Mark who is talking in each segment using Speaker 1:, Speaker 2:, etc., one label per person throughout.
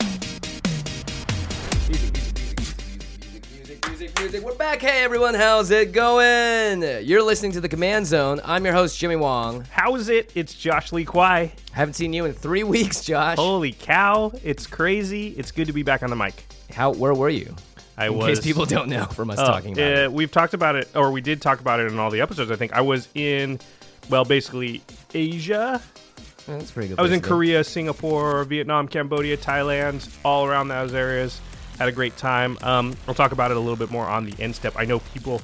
Speaker 1: Music, music, music, music, music, music, music. We're back. Hey, everyone, how's it going? You're listening to The Command Zone. I'm your host, Jimmy Wong.
Speaker 2: How's it? It's Josh Lee Kwai.
Speaker 1: Haven't seen you in three weeks, Josh.
Speaker 2: Holy cow, it's crazy. It's good to be back on the mic.
Speaker 1: How? Where were you?
Speaker 2: I
Speaker 1: In
Speaker 2: was
Speaker 1: case people don't know from us
Speaker 2: Oh,
Speaker 1: talking about
Speaker 2: uh,
Speaker 1: it.
Speaker 2: We've talked about it or we did talk about it in all the episodes, I think. I was in well, basically Asia.
Speaker 1: Yeah, That's a pretty good.
Speaker 2: I was
Speaker 1: place
Speaker 2: in
Speaker 1: to be.
Speaker 2: Korea, Singapore, Vietnam, Cambodia, Thailand, all around those areas. Had a great time. Um, we'll talk about it a little bit more on the end step. I know people.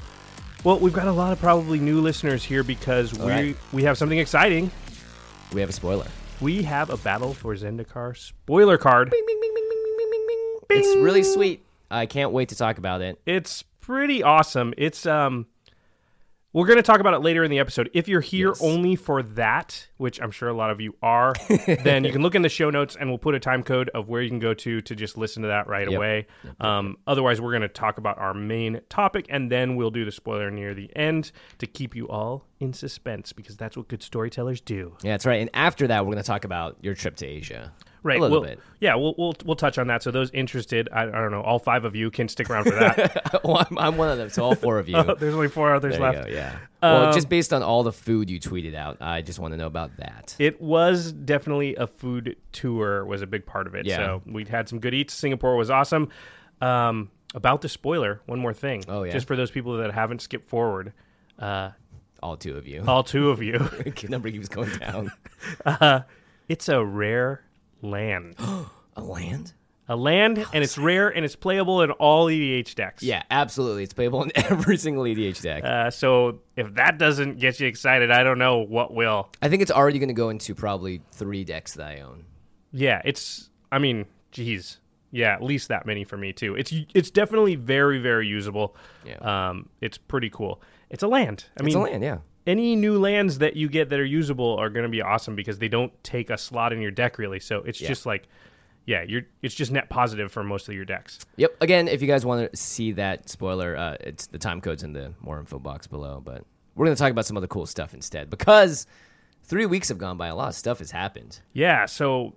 Speaker 2: Well, we've got a lot of probably new listeners here because we
Speaker 1: right.
Speaker 2: we have something exciting.
Speaker 1: We have a spoiler.
Speaker 2: We have a battle for Zendikar spoiler card.
Speaker 1: It's really sweet. I can't wait to talk about it.
Speaker 2: It's pretty awesome. It's um we're going to talk about it later in the episode. If you're here
Speaker 1: Yes.
Speaker 2: only for that, which I'm sure a lot of you are, then you can look in the show notes and we'll put a time code of where you can go to to just listen to that right
Speaker 1: Yep.
Speaker 2: away. Um, otherwise, we're going to talk about our main topic and then we'll do the spoiler near the end to keep you all in suspense because that's what good storytellers do.
Speaker 1: Yeah, that's right. And after that, we're going to talk about your trip to Asia.
Speaker 2: Right.
Speaker 1: A little
Speaker 2: we'll-
Speaker 1: bit.
Speaker 2: Yeah, we'll, we'll we'll touch on that. So those interested, I, I don't know, all five of you can stick around for that.
Speaker 1: well, Oh, I'm, I'm one of them, so all four of you.
Speaker 2: There's only four others
Speaker 1: there you
Speaker 2: Oh, left. Um,
Speaker 1: go, yeah. well, just based on all the food you tweeted out, I just want to know about that.
Speaker 2: It was definitely a food tour was a big part of it.
Speaker 1: Yeah.
Speaker 2: So we had some good eats. Singapore was awesome. Um, about the spoiler, one more thing.
Speaker 1: Oh, yeah?
Speaker 2: Just for those people that haven't skipped forward, uh,
Speaker 1: all two of you.
Speaker 2: all two of you,
Speaker 1: The number keeps going down.
Speaker 2: it's a rare land,
Speaker 1: a land?
Speaker 2: a land, and it's rare and it's playable in all EDH decks.
Speaker 1: Yeah, absolutely. It's playable in every single EDH deck.
Speaker 2: Uh, so if that doesn't get you excited, I don't know what will.
Speaker 1: I think it's already going to go into probably three decks that I own.
Speaker 2: Yeah, it's. I mean, geez, yeah, at least that many for me too. It's it's definitely very very usable.
Speaker 1: Yeah.
Speaker 2: Um, it's pretty cool. It's a land. I
Speaker 1: It's
Speaker 2: mean,
Speaker 1: a land, yeah.
Speaker 2: Any new lands that you get that are usable are going to be awesome because they don't take a slot in your deck really. So it's
Speaker 1: Yeah.
Speaker 2: just like, yeah, you're. It's just net positive for most of your decks.
Speaker 1: Yep. Again, if you guys want to see that spoiler, uh, it's the time codes in the more info box below. But we're going to talk about some other cool stuff instead because three weeks have gone by. A lot of stuff has happened.
Speaker 2: Yeah. So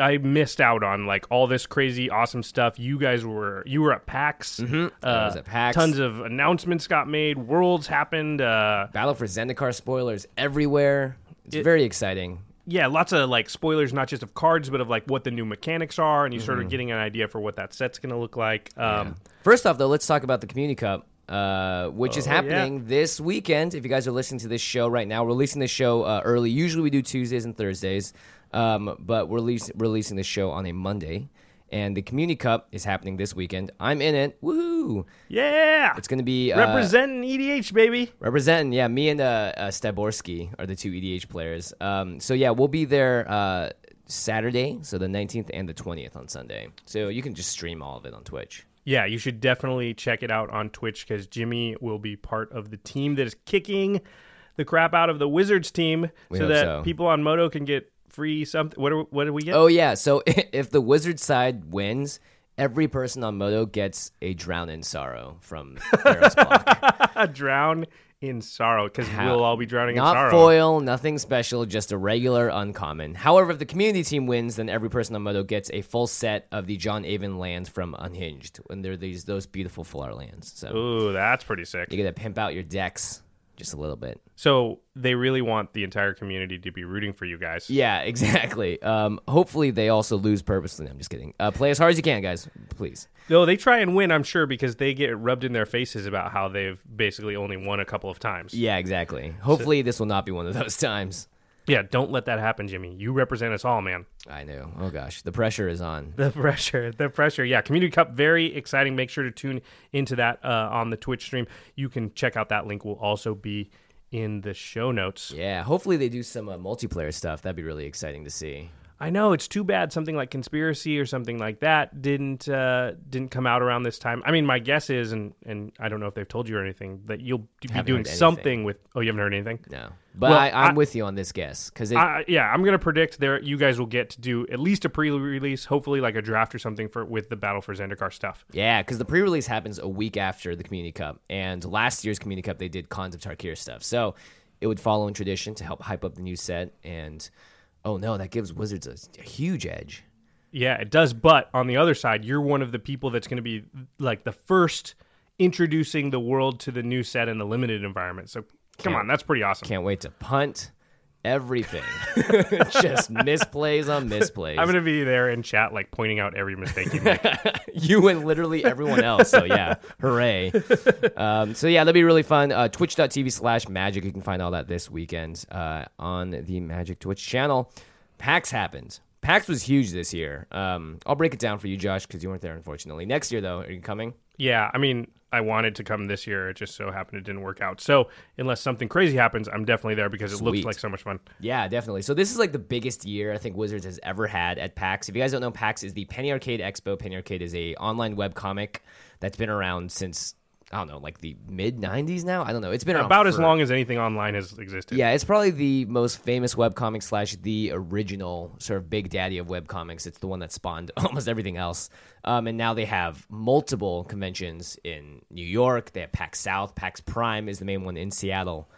Speaker 2: I missed out on like all this crazy awesome stuff. You guys were you were at PAX. Uh,
Speaker 1: Mm-hmm. I was at PAX.
Speaker 2: Tons of announcements got made. Worlds happened. Uh,
Speaker 1: Battle for Zendikar spoilers everywhere. It's very exciting.
Speaker 2: yeah, lots of like spoilers, not just of cards, but of like what the new mechanics are, and you sort
Speaker 1: Mm-hmm.
Speaker 2: of getting an idea for what that set's going to look like. Um,
Speaker 1: First off, though, let's talk about the Community Cup, uh, which is
Speaker 2: Oh, yeah.
Speaker 1: happening this weekend. If you guys are listening to this show right now, we're releasing this show uh, early. Usually we do Tuesdays and Thursdays, um, but we're releas- releasing this show on a Monday. And the Community Cup is happening this weekend. I'm in it. Woohoo!
Speaker 2: yeah,
Speaker 1: It's going to be uh,
Speaker 2: representing EDH, baby.
Speaker 1: Representing, yeah. Me and uh, uh, Staborski are the two EDH players. Um, so yeah, we'll be there uh, Saturday, so the 19th and the 20th on Sunday. So you can just stream all of it on Twitch.
Speaker 2: Yeah, you should definitely check it out on Twitch because Jimmy will be part of the team that is kicking the crap out of the Wizards team, so
Speaker 1: hope
Speaker 2: that
Speaker 1: so.
Speaker 2: people on Moto can get free something. What do what do we get?
Speaker 1: Oh yeah, so if the wizard side wins, every person on Moto gets a drown in sorrow from Theros Block.
Speaker 2: drown in sorrow because
Speaker 1: How-
Speaker 2: we'll all be drowning in
Speaker 1: Not
Speaker 2: sorrow.
Speaker 1: foil, nothing special, just a regular uncommon. However, if the community team wins, then every person on Moto gets a full set of the John Avon lands from Unhinged, and they're these those beautiful Fular lands. So
Speaker 2: Ooh, that's pretty sick.
Speaker 1: you got to pimp out your decks just a little bit.
Speaker 2: So they really want the entire community to be rooting for you guys.
Speaker 1: Yeah, exactly. Um, hopefully, they also lose purposely. I'm just kidding. Uh, play as hard as you can, guys. Please.
Speaker 2: No, they try and win, I'm sure, because they get rubbed in their faces about how they've basically only won a couple of times.
Speaker 1: Yeah, exactly. Hopefully, this will not be one of those times.
Speaker 2: Yeah, don't let that happen, Jimmy. You represent us all, man.
Speaker 1: I know. Oh gosh, the pressure is on.
Speaker 2: The pressure, the pressure. Yeah, Community Cup, very exciting. Make sure to tune into that uh, on the Twitch stream. You can check out that link. Will also be in the show notes.
Speaker 1: Yeah, hopefully they do some uh, multiplayer stuff. That'd be really exciting to see.
Speaker 2: I know it's too bad something like conspiracy or something like that didn't uh, didn't come out around this time. I mean, my guess is, and and I don't know if they've told you or anything that you'll be
Speaker 1: Haven't
Speaker 2: doing
Speaker 1: heard anything.
Speaker 2: something with. Oh, you haven't heard anything.
Speaker 1: No, but
Speaker 2: Well,
Speaker 1: I, I'm
Speaker 2: I-
Speaker 1: with you on this guess because
Speaker 2: I, yeah, I'm gonna predict there. You guys will get to do at least a pre-release, hopefully like a draft or something for with the Battle for Zendikar stuff.
Speaker 1: yeah, because the pre-release happens a week after the Community Cup, and last year's Community Cup they did Cons of Tarkir stuff, so it would follow in tradition to help hype up the new set. And oh no, that gives Wizards a, a huge edge.
Speaker 2: Yeah, it does. But on the other side, you're one of the people that's going to be like the first introducing the world to the new set in the limited environment. So come on, that's pretty awesome.
Speaker 1: Can't wait to punt everything. Just misplays on misplays.
Speaker 2: I'm going to be there in chat, like pointing out every mistake you make.
Speaker 1: you and literally everyone else. So yeah, hooray! Um, so yeah, that'd be really fun. Uh, Twitch.tv slash Magic. You can find all that this weekend uh, on the Magic Twitch channel. PAX happened. PAX was huge this year. Um, I'll break it down for you, Josh, because you weren't there unfortunately. Next year though, are you coming?
Speaker 2: yeah, I mean, I wanted to come this year. It just so happened it didn't work out. So unless something crazy happens, I'm definitely there because it looks
Speaker 1: Sweet.
Speaker 2: like so much fun.
Speaker 1: Yeah, definitely. So this is like the biggest year I think Wizards has ever had at PAX. If you guys don't know, PAX is the Penny Arcade Expo. Penny Arcade is a online webcomic that's been around since I don't know, like the mid '90s now. I don't know. It's been around
Speaker 2: About as
Speaker 1: for-
Speaker 2: long as anything online has existed.
Speaker 1: Yeah, it's probably the most famous webcomic slash the original sort of big daddy of webcomics. It's the one that spawned almost everything else. Um, and now they have multiple conventions in New York. They have PAX South. PAX Prime is the main one in Seattle.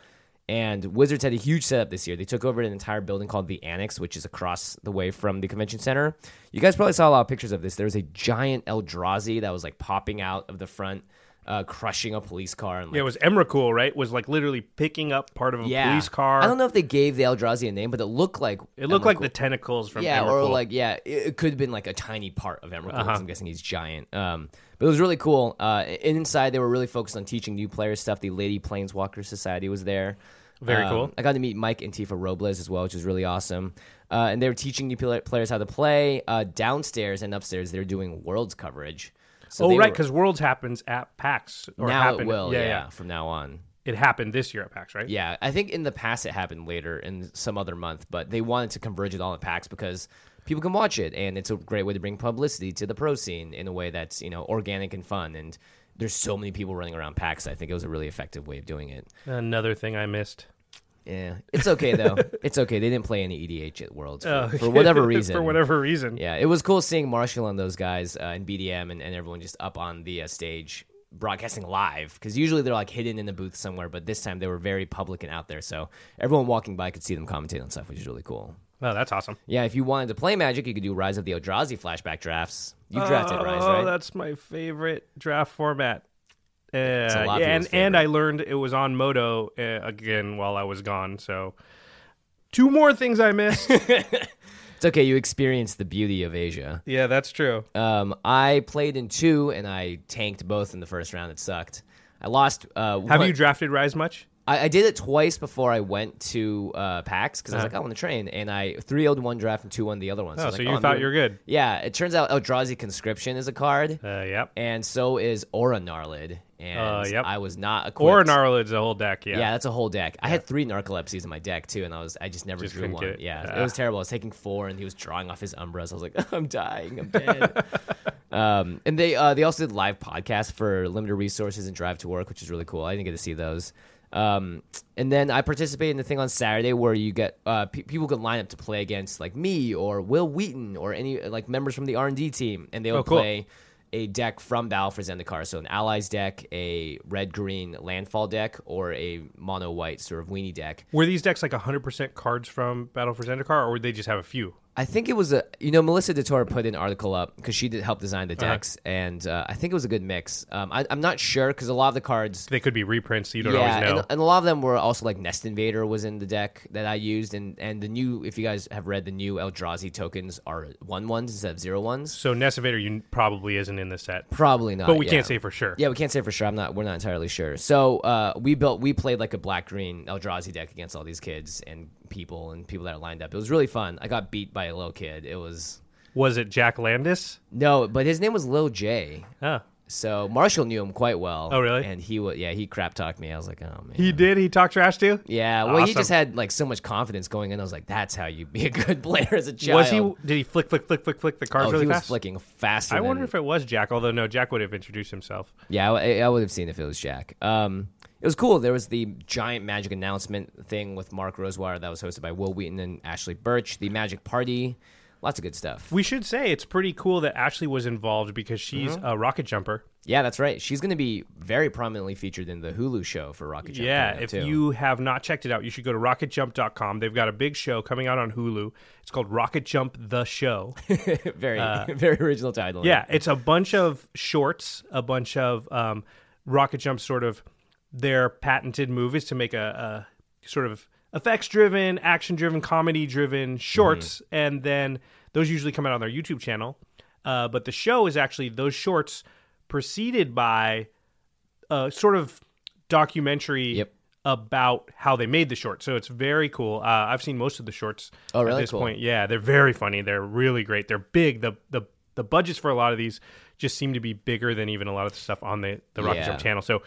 Speaker 1: And Wizards had a huge setup this year. They took over an entire building called the Annex, which is across the way from the convention center. You guys probably saw a lot of pictures of this. There was a giant Eldrazi that was like popping out of the front, uh, crushing a police car and like
Speaker 2: Yeah, it was Emrakul, right? Was like literally picking up part of a police car.
Speaker 1: I don't know if they gave the Eldrazi a name, but it looked like
Speaker 2: It looked like the tentacles from
Speaker 1: yeah,
Speaker 2: Emrakul.
Speaker 1: or like yeah, it, it could have been like a tiny part of Emerald.
Speaker 2: Uh-huh.
Speaker 1: 'cause I'm guessing he's giant. Um, but it was really cool. Uh, inside, they were really focused on teaching new players stuff. The Lady Planeswalker Society was there.
Speaker 2: Very
Speaker 1: Um,
Speaker 2: cool.
Speaker 1: I got to meet Mike and Tifa Robles as well, which was really awesome. Uh, and they were teaching new pla- players how to play. Uh, downstairs and upstairs, they're doing Worlds coverage. So
Speaker 2: oh
Speaker 1: they
Speaker 2: right,
Speaker 1: were-
Speaker 2: because Worlds happens at PAX. Or
Speaker 1: now
Speaker 2: happened,
Speaker 1: it will.
Speaker 2: Yeah,
Speaker 1: yeah, from now on.
Speaker 2: it happened this year at PAX, right?
Speaker 1: Yeah, I think in the past it happened later in some other month, but they wanted to converge it all at PAX because people can watch it, and it's a great way to bring publicity to the pro scene in a way that's you know organic and fun. And there's so many people running around PAX. I think it was a really effective way of doing it.
Speaker 2: Another thing I missed
Speaker 1: Yeah, it's okay though. it's okay. They didn't play any EDH at Worlds for, for whatever reason.
Speaker 2: For whatever reason,
Speaker 1: Yeah, it was cool seeing Marshall and those guys uh, and BDM and, and everyone just up on the uh, stage broadcasting live because usually they're like hidden in the booth somewhere, but this time they were very public and out there. So everyone walking by could see them commentate on stuff, which is really cool.
Speaker 2: Oh, that's awesome.
Speaker 1: Yeah, if you wanted to play Magic, you could do Rise of the Eldrazi flashback drafts. You drafted
Speaker 2: Oh,
Speaker 1: Rise, right?
Speaker 2: that's my favorite draft format. Uh,
Speaker 1: a lot of
Speaker 2: yeah,
Speaker 1: people's
Speaker 2: and and I learned it was on Moto uh, again while I was gone. So two more things I missed.
Speaker 1: It's okay. You experienced the beauty of Asia.
Speaker 2: yeah, that's true.
Speaker 1: Um, I played in two and I tanked both in the first round. It sucked. I lost. Uh,
Speaker 2: Have
Speaker 1: one-
Speaker 2: you drafted Rise much?
Speaker 1: I, I did it twice before I went to uh, PAX because I was like, I want to train, and I three would one draft and two won the other one.
Speaker 2: Uh-huh.
Speaker 1: I
Speaker 2: Oh,
Speaker 1: was
Speaker 2: so
Speaker 1: like,
Speaker 2: you
Speaker 1: I'm
Speaker 2: thought
Speaker 1: doing-
Speaker 2: you were good.
Speaker 1: Yeah, it turns out Eldrazi Conscription is a card,
Speaker 2: Uh, yep.
Speaker 1: and so is Aura Narlid, and
Speaker 2: Uh, yep.
Speaker 1: I was not equipped.
Speaker 2: Or Narlid's a whole deck. Yeah.
Speaker 1: Yeah. that's a whole deck. I had three narcolepsies in my deck too, and I was I just never
Speaker 2: Just
Speaker 1: drew
Speaker 2: couldn't
Speaker 1: one.
Speaker 2: get it.
Speaker 1: Yeah,
Speaker 2: Ah.
Speaker 1: it was terrible. I was taking four, and he was drawing off his umbras. I was like, I'm dying, I'm dead. um, and they uh, they also did live podcasts for limited resources and drive to work, which is really cool. I didn't get to see those. Um, and then I participated in the thing on Saturday where you get uh, pe- people could line up to play against like me or Will Wheaton or any like members from the R and D team, and they would
Speaker 2: cool.
Speaker 1: play a deck from Battle for Zendikar. So an allies deck, a red green landfall deck, or a mono white sort of weenie deck.
Speaker 2: Were these decks like 100% cards from Battle for Zendikar, or would they just have a few?
Speaker 1: I think it was a you know Melissa Datora put an article up because she did help design the
Speaker 2: Uh-huh.
Speaker 1: decks, and uh, I think it was a good mix. Um, I, I'm not sure because a lot of the cards
Speaker 2: They could be reprints, so you don't
Speaker 1: yeah,
Speaker 2: always know.
Speaker 1: and, uh, and a lot of them were also like Nest Invader was in the deck that I used, and and the new if you guys have read the new Eldrazi tokens are one ones instead of zero ones.
Speaker 2: so Nessivator you probably isn't in the set,
Speaker 1: Probably not,
Speaker 2: but
Speaker 1: Uh,
Speaker 2: we
Speaker 1: yeah.
Speaker 2: can't say for sure.
Speaker 1: Yeah, we can't say for sure. I'm not. We're not entirely sure. So uh, we built. We played like a black green Eldrazi deck against all these kids and people and people that are lined up. It was really fun. I got beat by a little kid. It was
Speaker 2: Was it Jack Landis?
Speaker 1: no, but his name was Lil J.
Speaker 2: Huh.
Speaker 1: So Marshall knew him quite well.
Speaker 2: Oh, really?
Speaker 1: And he was yeah. He crap talked me. I was like, oh man.
Speaker 2: He did. He talked trash to you.
Speaker 1: Yeah, well, he
Speaker 2: Awesome.
Speaker 1: just had like so much confidence going in. I was like, "That's how you be a good player as a child."
Speaker 2: Was he? Did he flick, flick, flick, flick, flick the cards
Speaker 1: Oh,
Speaker 2: really
Speaker 1: he was
Speaker 2: fast?
Speaker 1: flicking faster.
Speaker 2: I
Speaker 1: than-
Speaker 2: wonder if it was Jack. Although no, Jack would have introduced himself.
Speaker 1: Yeah, I, I would have seen if it was Jack. Um, it was cool. There was the giant Magic announcement thing with Mark Rosewater that was hosted by Will Wheaton and Ashley Birch. The Magic Party, lots of good stuff.
Speaker 2: We should say it's pretty cool that Ashley was involved because she's
Speaker 1: Mm-hmm.
Speaker 2: a rocket jumper.
Speaker 1: Yeah, that's right. She's going to be very prominently featured in the Hulu show for Rocket Jump.
Speaker 2: Yeah,
Speaker 1: coming up,
Speaker 2: if
Speaker 1: too.
Speaker 2: you have not checked it out, you should go to rocketjump.com. They've got a big show coming out on Hulu. It's called Rocket Jump the Show.
Speaker 1: very very original title.
Speaker 2: Uh, yeah, it's a bunch of shorts, a bunch of um, rocket jump sort of their patented movies to make a, a sort of effects driven, action driven, comedy driven shorts.
Speaker 1: Mm-hmm.
Speaker 2: And then those usually come out on their YouTube channel. Uh, but the show is actually those shorts preceded by a sort of documentary
Speaker 1: Yep.
Speaker 2: about how they made the short. So it's very cool. Uh, I've seen most of the shorts
Speaker 1: Oh, really?
Speaker 2: at this
Speaker 1: Cool.
Speaker 2: point. Yeah, they're very funny. They're really great. They're big. The the the budgets for a lot of these just seem to be bigger than even a lot of the stuff on the the Rocket
Speaker 1: Yeah.
Speaker 2: Jump channel. So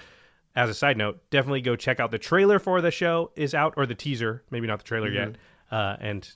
Speaker 2: as a side note, definitely go check out the trailer for the show is out or the teaser, maybe not the trailer yet. Uh, and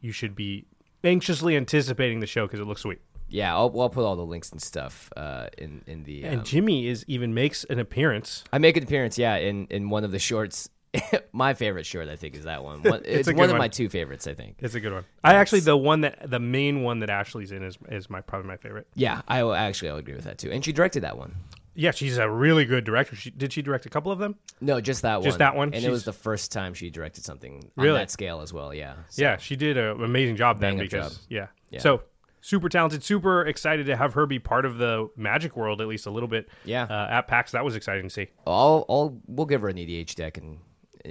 Speaker 2: you should be anxiously anticipating the show because it looks sweet.
Speaker 1: yeah. I'll, I'll put all the links and stuff uh, in in the. um,
Speaker 2: And Jimmy is even makes an appearance.
Speaker 1: I make an appearance, yeah, in in one of the shorts. my favorite short, I think, is that one. One- it's
Speaker 2: a
Speaker 1: one
Speaker 2: good
Speaker 1: of
Speaker 2: one.
Speaker 1: my two favorites, I think.
Speaker 2: It's a good one. I actually the one that the main one that Ashley's in is is my probably my favorite.
Speaker 1: Yeah, I will, actually I would agree with that too. And she directed that one.
Speaker 2: Yeah, she's a really good director. She, did she direct a couple of them?
Speaker 1: No, just that one.
Speaker 2: Just that one?
Speaker 1: And it
Speaker 2: She's-
Speaker 1: was the first time she directed something on
Speaker 2: Really?
Speaker 1: that scale as well. Yeah. So-
Speaker 2: Yeah, she did an amazing job then
Speaker 1: Bang-up
Speaker 2: because
Speaker 1: job.
Speaker 2: Yeah.
Speaker 1: Yeah.
Speaker 2: So super talented, super excited to have her be part of the magic world at least a little bit.
Speaker 1: Yeah.
Speaker 2: Uh, at PAX, that was exciting to see.
Speaker 1: I'll, I'll we'll give her an EDH deck and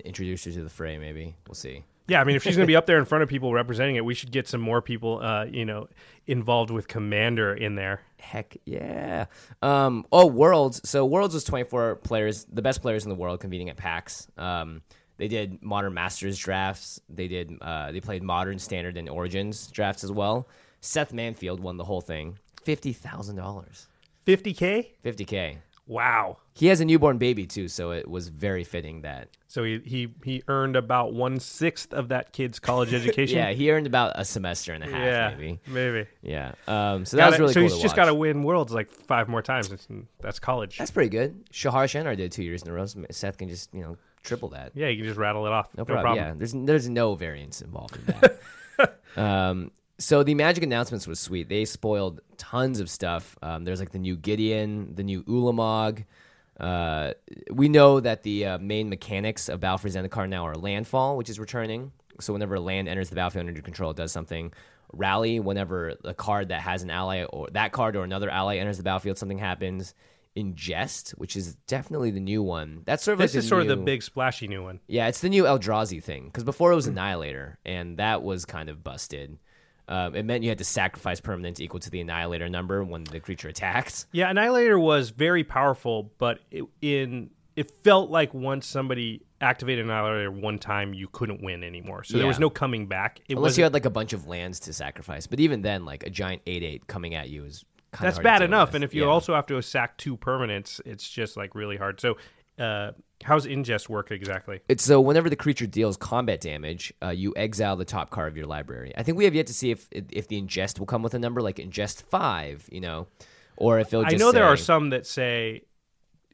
Speaker 1: introduce her to the fray. Maybe we'll see.
Speaker 2: Yeah, I mean, if she's going to be up there in front of people representing it, we should get some more people, uh, you know, involved with Commander in there.
Speaker 1: Heck yeah. Um, oh, Worlds. So Worlds was 24 players, the best players in the world competing at PAX. Um, they did Modern Masters drafts. They did uh, they played Modern, Standard, and Origins drafts as well. Seth Manfield won the whole thing. Fifty thousand dollars.
Speaker 2: 50K?
Speaker 1: Fifty K.
Speaker 2: Wow.
Speaker 1: He has a newborn baby too, so it was very fitting that.
Speaker 2: So he, he, he earned about one sixth of that kid's college education.
Speaker 1: Yeah, he earned about a semester and a half,
Speaker 2: yeah,
Speaker 1: maybe.
Speaker 2: maybe.
Speaker 1: Yeah. Um, so that was
Speaker 2: Gotta-
Speaker 1: really
Speaker 2: so
Speaker 1: cool.
Speaker 2: he's
Speaker 1: to
Speaker 2: just
Speaker 1: watch.
Speaker 2: got to win worlds like five more times. It's- That's college.
Speaker 1: That's pretty good. Shahar Shenar did two years in a row. so Seth can just you know triple that.
Speaker 2: yeah, you can just rattle it off. No,
Speaker 1: No problem. Yeah, there's there's no variance involved in that. um, so the magic announcements was sweet. They spoiled tons of stuff. Um, there's like the new Gideon, the new Ulamog. Uh, we know that the uh, main mechanics of Battle for Zendikar now are landfall, which is returning. So whenever land enters the battlefield under your control, it does something. Rally, whenever a card that has an ally or that card or another ally enters the battlefield, something happens. Ingest, which is definitely the new one. That's sort of
Speaker 2: This
Speaker 1: like
Speaker 2: is sort of the
Speaker 1: new-
Speaker 2: big splashy new one.
Speaker 1: yeah, it's the new Eldrazi thing because before it
Speaker 2: Hmm.
Speaker 1: was Annihilator, and that was kind of busted. Um, it meant you had to sacrifice permanents equal to the Annihilator number when the creature attacked.
Speaker 2: Yeah, Annihilator was very powerful, but it, in it felt like once somebody activated Annihilator one time, you couldn't win anymore. So there
Speaker 1: Yeah.
Speaker 2: was no coming back. It
Speaker 1: Unless
Speaker 2: was
Speaker 1: you had like a bunch of lands to sacrifice, but even then, like a giant eight-eight coming at you is kind
Speaker 2: that's
Speaker 1: of
Speaker 2: bad enough. And if you also have to sack two permanents, it's just like really hard. So uh, how's ingest work exactly?
Speaker 1: It's so whenever the creature deals combat damage, uh, you exile the top card of your library. I think we have yet to see if if the ingest will come with a number like ingest five, you know, or if it'll. Just
Speaker 2: I know there are
Speaker 1: say-
Speaker 2: some that say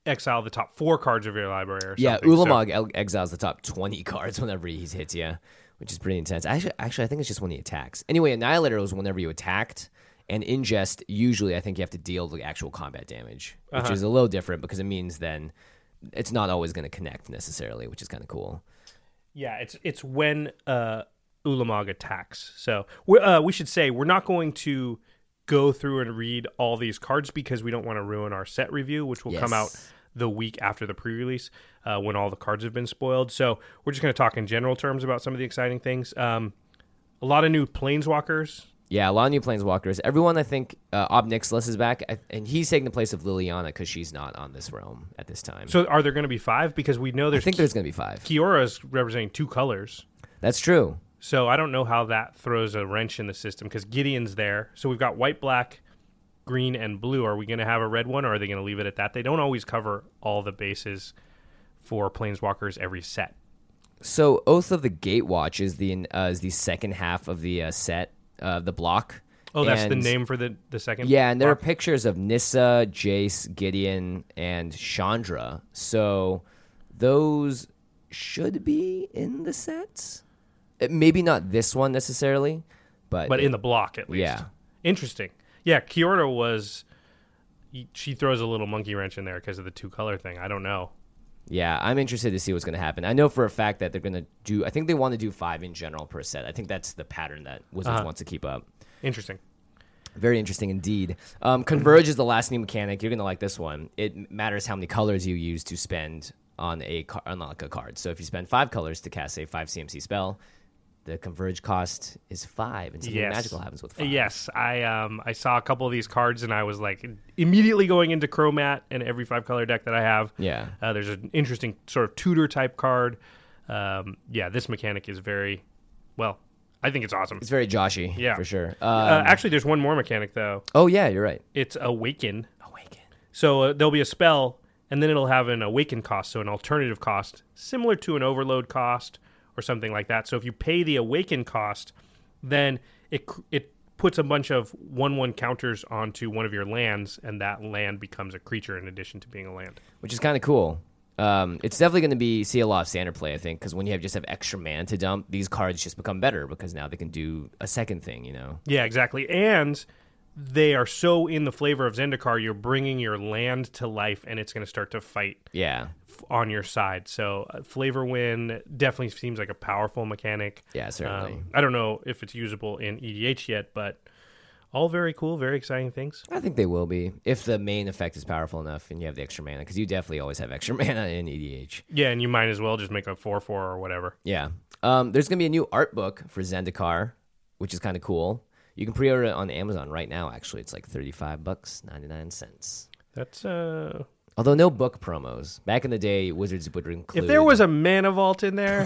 Speaker 2: exile the top four cards of your library. Or
Speaker 1: Yeah,
Speaker 2: something. So-
Speaker 1: Ulamog el- exiles the top 20 cards whenever he hits you, which is pretty intense. Actually, actually, I think it's just when he attacks. Anyway, Annihilator was whenever you attacked, And ingest, usually, I think you have to deal the actual combat damage, which
Speaker 2: Uh-huh.
Speaker 1: is a little different because it means then it's not always going to connect necessarily, which is kind of cool.
Speaker 2: Yeah, it's it's when uh, Ulamog attacks. So we uh, we should say we're not going to go through and read all these cards because we don't want to ruin our set review, which will come out
Speaker 1: Yes.
Speaker 2: the week after the pre-release uh, when all the cards have been spoiled. So we're just going to talk in general terms about some of the exciting things. Um, a lot of new planeswalkers.
Speaker 1: Yeah, a lot of new planeswalkers. Everyone, I think, uh, Obnixilus is back, I, and he's taking the place of Liliana because she's not on this realm at this time.
Speaker 2: So are there going to be five? Because we know
Speaker 1: I
Speaker 2: there's
Speaker 1: think there's going to be five.
Speaker 2: Kiora's representing two colors.
Speaker 1: That's true.
Speaker 2: So I don't know how that throws a wrench in the system because Gideon's there. So we've got white, black, green, and blue. Are we going to have a red one, or are they going to leave it at that? They don't always cover all the bases for planeswalkers every set.
Speaker 1: So Oath of the Gatewatch is the uh, is the second half of the uh, set, uh, the block.
Speaker 2: Oh, that's the
Speaker 1: And-
Speaker 2: name for the the second.
Speaker 1: Yeah, and there are
Speaker 2: block?
Speaker 1: pictures of Nissa, Jace, Gideon, and Chandra. So those should be in the set. Uh, Maybe not this one necessarily, but
Speaker 2: but in the block at least.
Speaker 1: Yeah.
Speaker 2: interesting. Yeah, Kiora was. She throws a little monkey wrench in there because of the two color thing. I don't know.
Speaker 1: Yeah, I'm interested to see what's going to happen. I know for a fact that they're going to do. I think they want to do five in general per set. I think that's the pattern that
Speaker 2: Uh-huh.
Speaker 1: Wizards wants to keep up.
Speaker 2: Interesting.
Speaker 1: Very interesting indeed. Um, Converge is the last new mechanic. You're going to like this one. It matters how many colors you use to spend on a car- on like a card. So if you spend five colors to cast a five CMC spell, the Converge cost is five, and something
Speaker 2: Yes.
Speaker 1: magical happens with five.
Speaker 2: Yes, I um I saw a couple of these cards and I was like immediately going into Chromat and every five color deck that I have.
Speaker 1: Yeah.
Speaker 2: uh, there's an interesting sort of tutor type card. Um, yeah, this mechanic is very well. I think it's awesome.
Speaker 1: it's very Joshy.
Speaker 2: Yeah.
Speaker 1: for sure. Uh,
Speaker 2: uh, actually, there's one more mechanic though.
Speaker 1: oh yeah, you're right.
Speaker 2: It's awaken.
Speaker 1: Awaken.
Speaker 2: So uh, there'll be a spell, and then it'll have an awaken cost, so an alternative cost, similar to an overload cost or something like that. So if you pay the awaken cost, then it cr- it puts a bunch of one one counters onto one of your lands, and that land becomes a creature in addition to being a land.
Speaker 1: which is kind of cool. Um, it's definitely going to be see a lot of standard play, I think, because when you have just have extra mana to dump, these cards just become better because now they can do a second thing, you know.
Speaker 2: Yeah, exactly. And they are so in the flavor of Zendikar, you're bringing your land to life, and it's going to start to fight
Speaker 1: Yeah,
Speaker 2: f- on your side. So uh, flavor win definitely seems like a powerful mechanic. Um,
Speaker 1: Yeah, certainly.
Speaker 2: I don't know if it's usable in EDH yet, but all very cool, very exciting things.
Speaker 1: I think they will be if the main effect is powerful enough and you have the extra mana, because you definitely always have extra mana in E EDH.
Speaker 2: Yeah, and you might as well just make a four four or whatever.
Speaker 1: Yeah, um, there's going to be a new art book for Zendikar, which is kind of cool. You can pre-order it on Amazon right now. Actually, it's like thirty-five bucks ninety-nine cents.
Speaker 2: That's uh.
Speaker 1: Although no book promos. Back in the day, Wizards would include
Speaker 2: If there was a mana vault in there,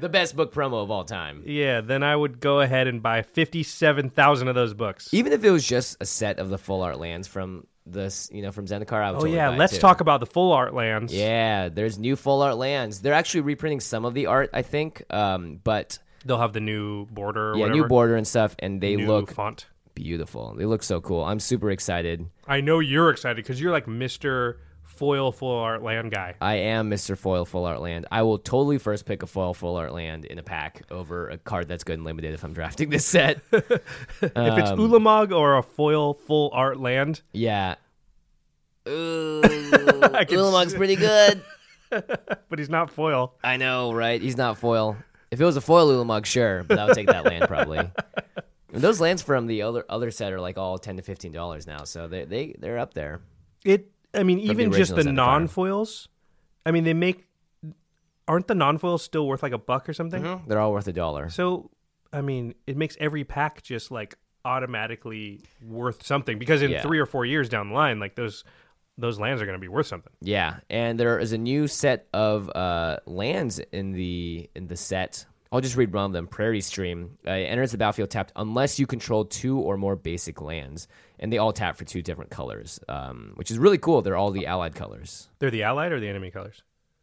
Speaker 1: the best book promo of all time.
Speaker 2: yeah, then I would go ahead and buy fifty seven thousand of those books.
Speaker 1: even if it was just a set of the full art lands from this, you know, from Zendikar. I would
Speaker 2: Oh
Speaker 1: totally
Speaker 2: yeah,
Speaker 1: buy it,
Speaker 2: let's
Speaker 1: too.
Speaker 2: talk about the full art lands.
Speaker 1: Yeah, there's new full art lands. They're actually reprinting some of the art, I think. Um, but
Speaker 2: they'll have the new border. Or
Speaker 1: yeah,
Speaker 2: whatever.
Speaker 1: new border and stuff, and they
Speaker 2: new
Speaker 1: look
Speaker 2: font.
Speaker 1: beautiful. They look so cool. I'm super excited.
Speaker 2: I know you're excited because you're like Mister Foil Full Art Land guy.
Speaker 1: I am Mr. Foil Full Art Land. I will totally first pick a Foil Full Art Land in a pack over a card that's good and limited if I'm drafting this set.
Speaker 2: If it's Ulamog or a foil full art land,
Speaker 1: yeah. Ooh,
Speaker 2: can
Speaker 1: Ulamog's pretty good.
Speaker 2: but he's not foil.
Speaker 1: I know, right? He's not foil. If it was a foil Ulamog, sure, but I would take that land probably. And those lands from the other other set are like all ten to fifteen dollars now, so they they they're up there.
Speaker 2: It. I mean, even just
Speaker 1: original
Speaker 2: the
Speaker 1: Zendikar.
Speaker 2: non foils. I mean, they make. Aren't the non foils still worth like a buck or something?
Speaker 1: They're all worth a dollar.
Speaker 2: So, I mean, it makes every pack just like automatically worth something because in
Speaker 1: Yeah.
Speaker 2: three or four years down the line, like those those lands are going to be worth something.
Speaker 1: Yeah, and there is a new set of uh, lands in the in the set. I'll just read one of them. Prairie Stream uh, it enters the battlefield tapped unless you control two or more basic lands, and they all tap for two different colors, um, which is really cool. They're all the allied colors.
Speaker 2: They're the allied or the enemy colors.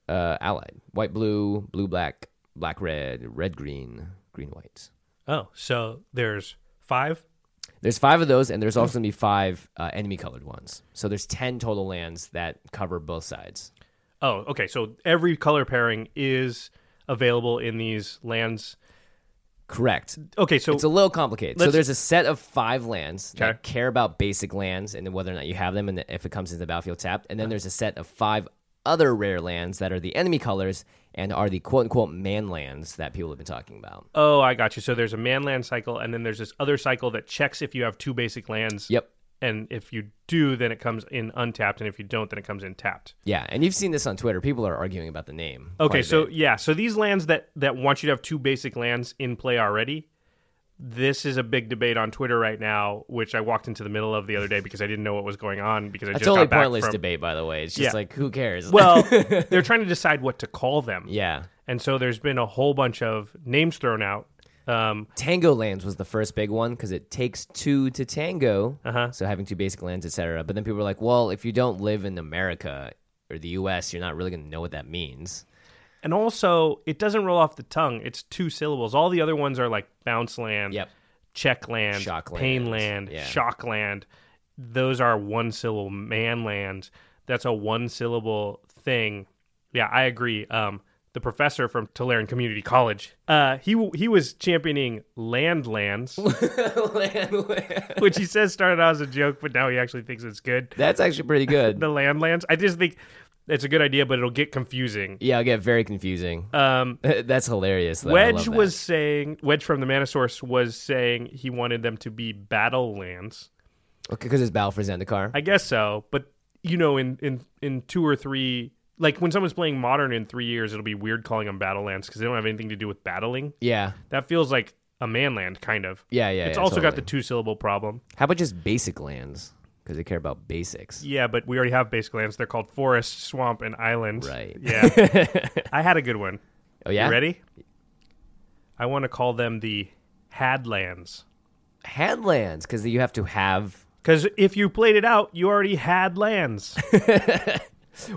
Speaker 1: uh, allied white blue blue black black red red green green white
Speaker 2: Oh, so there's five.
Speaker 1: there's five of those and there's also going to be five uh, enemy colored ones so there's 10 total lands that cover both sides
Speaker 2: Oh, okay. So every color pairing is available in these lands
Speaker 1: Correct.
Speaker 2: Okay, so
Speaker 1: it's a little complicated. So
Speaker 2: Let's-
Speaker 1: there's a set of five lands
Speaker 2: Okay.
Speaker 1: that care about basic lands and whether or not you have them, and if it comes into the battlefield tapped. And then there's a set of five other rare lands that are the enemy colors and are the quote unquote man lands that people have been talking about.
Speaker 2: oh, I got you. So there's a man land cycle, and then there's this other cycle that checks if you have two basic lands.
Speaker 1: Yep.
Speaker 2: And if you do, then it comes in untapped, and if you don't, then it comes in tapped.
Speaker 1: Yeah, and you've seen this on Twitter. People are arguing about the name. quite
Speaker 2: Okay,
Speaker 1: a
Speaker 2: so
Speaker 1: bit.
Speaker 2: yeah, so these lands that that want you to have two basic lands in play already. This is a big debate on Twitter right now, which I walked into the middle of the other day because I didn't know what was going on because I
Speaker 1: a
Speaker 2: just
Speaker 1: totally
Speaker 2: got back
Speaker 1: pointless
Speaker 2: from-
Speaker 1: debate, by the way. It's just
Speaker 2: Yeah.
Speaker 1: like who cares?
Speaker 2: Well, they're trying to decide what to call them.
Speaker 1: yeah.
Speaker 2: And so there's been a whole bunch of names thrown out. Um,
Speaker 1: Tango lands was the first big one because it takes two to tango.
Speaker 2: Uh-huh.
Speaker 1: So having two basic lands, etc. But then people were like, "Well, if you don't live in America or the U.S., you're not really going to know what that means."
Speaker 2: and also, it doesn't roll off the tongue. It's two syllables. All the other ones are like bounce land,
Speaker 1: Yep.
Speaker 2: check land,
Speaker 1: Shock
Speaker 2: pain
Speaker 1: land,
Speaker 2: land,
Speaker 1: yeah.
Speaker 2: shock land. Those are one syllable man land. That's a one syllable thing. Yeah, I agree. Um, the professor from Tulare Community College, uh, he w- he was championing land lands, which he says started out as a joke, but now he actually thinks it's good.
Speaker 1: That's actually pretty good.
Speaker 2: the land lands. I just think it's a good idea, but it'll get confusing.
Speaker 1: yeah, I get very confusing.
Speaker 2: Um,
Speaker 1: That's hilarious. Though. I love
Speaker 2: Wedge
Speaker 1: that.
Speaker 2: was saying Wedge from the Manasaurus was saying he wanted them to be battle lands.
Speaker 1: okay because it's Battle for Zendikar.
Speaker 2: I guess so, but you know, in in in two or three, like when someone's playing modern in three years, it'll be weird calling them battle lands because they don't have anything to do with battling.
Speaker 1: yeah,
Speaker 2: That feels like a manland kind of.
Speaker 1: yeah, yeah.
Speaker 2: it's
Speaker 1: yeah,
Speaker 2: also got the
Speaker 1: totally.
Speaker 2: two syllable problem.
Speaker 1: How about just basic lands? Because they care about basics.
Speaker 2: Yeah, but we already have basic lands. They're called forest, swamp, and island.
Speaker 1: Right.
Speaker 2: Yeah. I had a good one.
Speaker 1: Oh yeah.
Speaker 2: You ready? I want to call them the Hadlands.
Speaker 1: Headlands because you have to have
Speaker 2: Because if you played it out, you already had lands.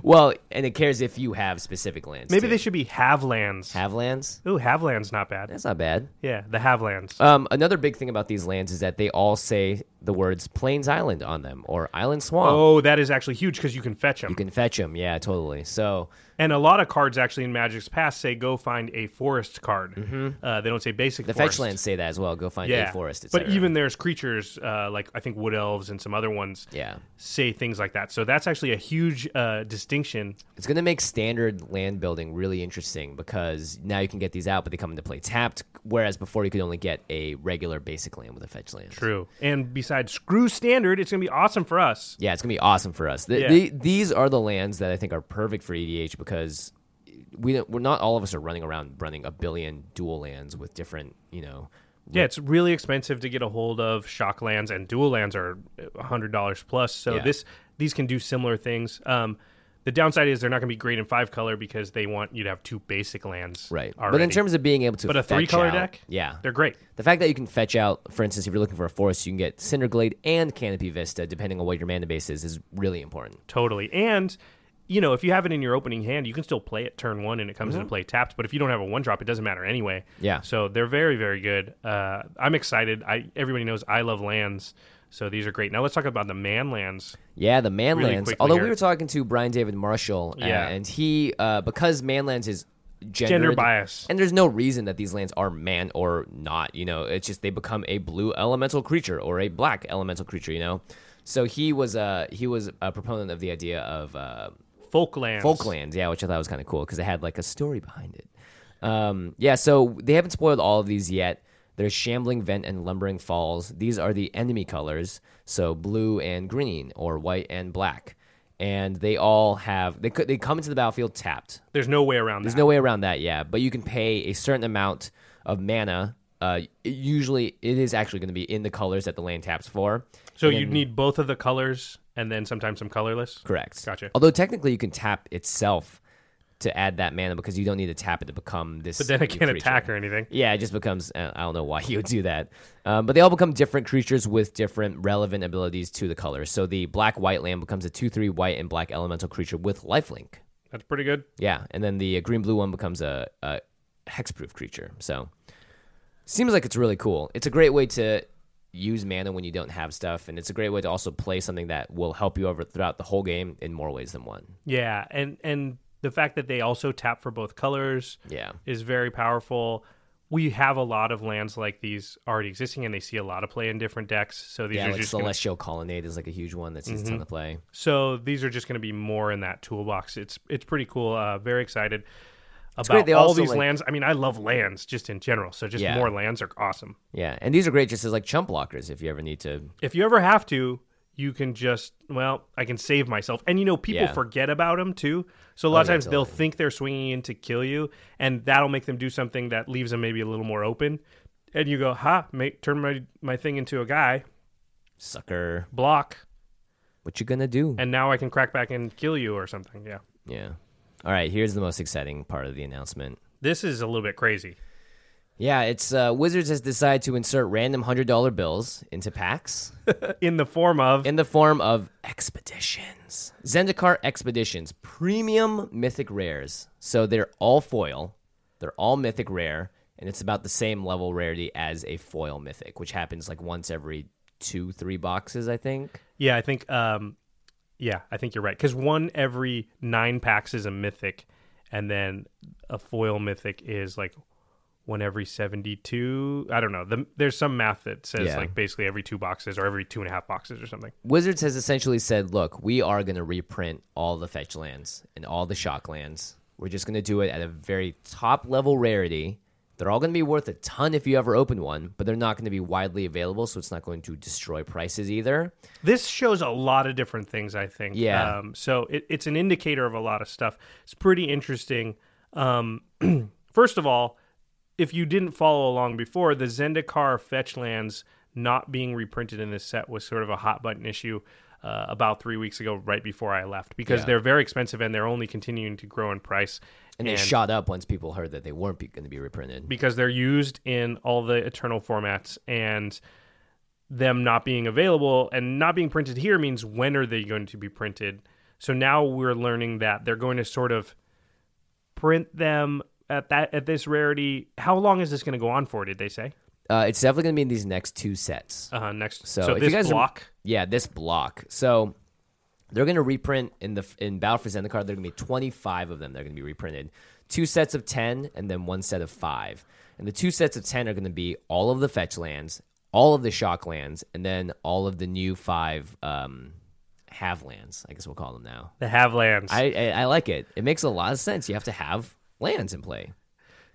Speaker 1: well, and it cares if you have specific lands.
Speaker 2: Maybe
Speaker 1: too.
Speaker 2: they should be have lands.
Speaker 1: have lands.
Speaker 2: Ooh, have lands, not bad.
Speaker 1: That's not bad.
Speaker 2: Yeah, the have lands.
Speaker 1: Um, another big thing about these lands is that they all say the words Plains Island on them or Island Swamp.
Speaker 2: oh, that is actually huge because you can fetch them.
Speaker 1: You can fetch them. Yeah, totally. So,
Speaker 2: and a lot of cards actually in Magic's past say go find a forest card. Uh, they don't say basic.
Speaker 1: Mm-hmm. the
Speaker 2: forest.
Speaker 1: fetch lands say that as well. Go find
Speaker 2: Yeah,
Speaker 1: a forest. et
Speaker 2: but
Speaker 1: cetera.
Speaker 2: even there's creatures uh, like I think wood elves and some other ones
Speaker 1: Yeah.
Speaker 2: say things like that. So that's actually a huge uh, distinction.
Speaker 1: It's going to make standard land building really interesting because now you can get these out, but they come into play tapped, whereas before you could only get a regular basic land with a fetch land.
Speaker 2: True. And besides, screw standard. It's gonna be awesome for us.
Speaker 1: Yeah, it's gonna be awesome for us. The,
Speaker 2: Yeah.
Speaker 1: the, these are the lands that I think are perfect for EDH because we don't, we're not all of us are running around running a billion dual lands with different you know.
Speaker 2: Yeah, it's really expensive to get a hold of. Shock lands and dual lands are hundred dollars plus. So
Speaker 1: Yeah.
Speaker 2: this these can do similar things. Um, the downside is they're not going to be great in five color because they want you to have two basic lands.
Speaker 1: Right, but in
Speaker 2: already.
Speaker 1: terms of being able to,
Speaker 2: but a
Speaker 1: fetch
Speaker 2: three color
Speaker 1: out-
Speaker 2: deck,
Speaker 1: yeah,
Speaker 2: they're great.
Speaker 1: the fact that you can fetch out, for instance, if you're looking for a forest, you can get Cinderglade and Canopy Vista, depending on what your mana base is, is really important.
Speaker 2: Totally. And you know, if you have it in your opening hand, you can still play it turn one and it comes into play tapped. But if you don't have a one drop, it doesn't matter anyway.
Speaker 1: Mm-hmm. Yeah.
Speaker 2: So they're very, very good. Uh, I'm excited. I everybody knows I love lands, so these are great. Now let's talk about the man lands.
Speaker 1: Yeah, the
Speaker 2: Really
Speaker 1: Manlands.
Speaker 2: quickly
Speaker 1: Although
Speaker 2: here.
Speaker 1: we were talking to Brian David Marshall, uh,
Speaker 2: Yeah.
Speaker 1: and he uh, because Manlands is gendered,
Speaker 2: Gender bias.
Speaker 1: and there's no reason that these lands are man or not. You know, it's just they become a blue elemental creature or a black elemental creature. You know, so he was uh, he was a proponent of the idea of uh,
Speaker 2: Folk lands.
Speaker 1: folk lands, yeah, which I thought was kind of cool because it had like a story behind it. Um, yeah, so they haven't spoiled all of these yet. There's Shambling Vent and Lumbering Falls. These are the enemy colors, so blue and green, or white and black, and they all have they could they come into the battlefield tapped.
Speaker 2: There's no way around
Speaker 1: There's
Speaker 2: that.
Speaker 1: no way around that, yeah. But you can pay a certain amount of mana. Uh, it- usually, it is actually going to be in the colors that the land taps for.
Speaker 2: So you need both of the colors and then sometimes some colorless.
Speaker 1: Correct.
Speaker 2: Gotcha.
Speaker 1: Although technically you can tap itself to add that mana because you don't need to tap it to become this.
Speaker 2: But then it
Speaker 1: new
Speaker 2: can't
Speaker 1: creature.
Speaker 2: attack or anything.
Speaker 1: Yeah, it just becomes. uh, I I don't know why you would do that. Um, but they all become different creatures with different relevant abilities to the colors. So the black white land becomes a 2 3 white and black elemental creature with lifelink.
Speaker 2: That's pretty good.
Speaker 1: Yeah. And then the uh, green blue one becomes a, a hexproof creature. So seems like it's really cool. It's a great way to use mana when you don't have stuff. And it's a great way to also play something that will help you over throughout the whole game in more ways than one.
Speaker 2: Yeah, and and the fact that they also tap for both colors
Speaker 1: Yeah.
Speaker 2: is very powerful. we have a lot of lands like these already existing, and they see a lot of play in different decks. So these
Speaker 1: Yeah,
Speaker 2: are
Speaker 1: like
Speaker 2: just gonna-
Speaker 1: Celestial Colonnade is like a huge one that sees a ton of play.
Speaker 2: so these are just going to be more in that toolbox. It's it's pretty cool. Uh, very excited
Speaker 1: great.
Speaker 2: about
Speaker 1: They
Speaker 2: all
Speaker 1: also,
Speaker 2: these
Speaker 1: like-
Speaker 2: lands. I mean, I love lands just in general. So just
Speaker 1: Yeah.
Speaker 2: more lands are awesome.
Speaker 1: Yeah, and these are great just as like chump blockers if you ever need to.
Speaker 2: if you ever have to, you can just well, I can save myself. And you know, people
Speaker 1: Yeah. Oh,
Speaker 2: forget about them too. So a lot of
Speaker 1: yeah,
Speaker 2: times they'll think they're swinging in to kill you, and that'll make them do something that leaves them maybe a little more open. And you go, ha, make turn my my thing into a guy
Speaker 1: Sucker,
Speaker 2: block,
Speaker 1: what you gonna do?
Speaker 2: and now I can crack back and kill you or something. Yeah,
Speaker 1: yeah. All right, here's the most exciting part of the announcement.
Speaker 2: this is a little bit crazy.
Speaker 1: Yeah, it's uh, Wizards has decided to insert random hundred dollar bills into packs
Speaker 2: In the form of
Speaker 1: in the form of expeditions, Zendikar expeditions, premium mythic rares. So they're all foil, they're all mythic rare, and it's about the same level rarity as a foil mythic, which happens like once every two, three boxes, I think.
Speaker 2: yeah, I think um, yeah, I think you're right because one every nine packs is a mythic, and then a foil mythic is like one every 72 i don't know the, there's some math that says
Speaker 1: Yeah.
Speaker 2: like basically every two boxes or every two and a half boxes or something
Speaker 1: Wizards has essentially said, look, we are going to reprint all the fetch lands and all the shock lands. We're just going to do it at a very top level rarity. They're all going to be worth a ton if you ever open one, but they're not going to be widely available, so it's not going to destroy prices either.
Speaker 2: this shows a lot of different things i think
Speaker 1: Yeah.
Speaker 2: um, so it, it's an indicator of a lot of stuff it's pretty interesting um, first of all if you didn't follow along before the zendikar fetch lands not being reprinted in this set was sort of a hot button issue uh, about three weeks ago right before i left because
Speaker 1: Yeah.
Speaker 2: they're very expensive and they're only continuing to grow in price
Speaker 1: And, they shot up once people heard that they weren't be- going to be reprinted.
Speaker 2: because they're used in all the eternal formats and them not being available and not being printed here means when are they going to be printed so now we're learning that they're going to sort of print them at that at this rarity how long is this going to go on for did they say
Speaker 1: Uh, it's definitely going to be in these next two sets.
Speaker 2: uh next
Speaker 1: So,
Speaker 2: so,
Speaker 1: if
Speaker 2: this
Speaker 1: you guys rem-
Speaker 2: block
Speaker 1: yeah, this block. So they're going to reprint in the in Battle for Zendikar. There are going to be twenty five of them. They're going to be reprinted. Two sets of ten, and then one set of five. And the two sets of ten are going to be all of the fetch lands, all of the shock lands, and then all of the new five um, have lands. I guess we'll call them now.
Speaker 2: the have lands
Speaker 1: I, I I like it. It makes a lot of sense. You have to have lands in play.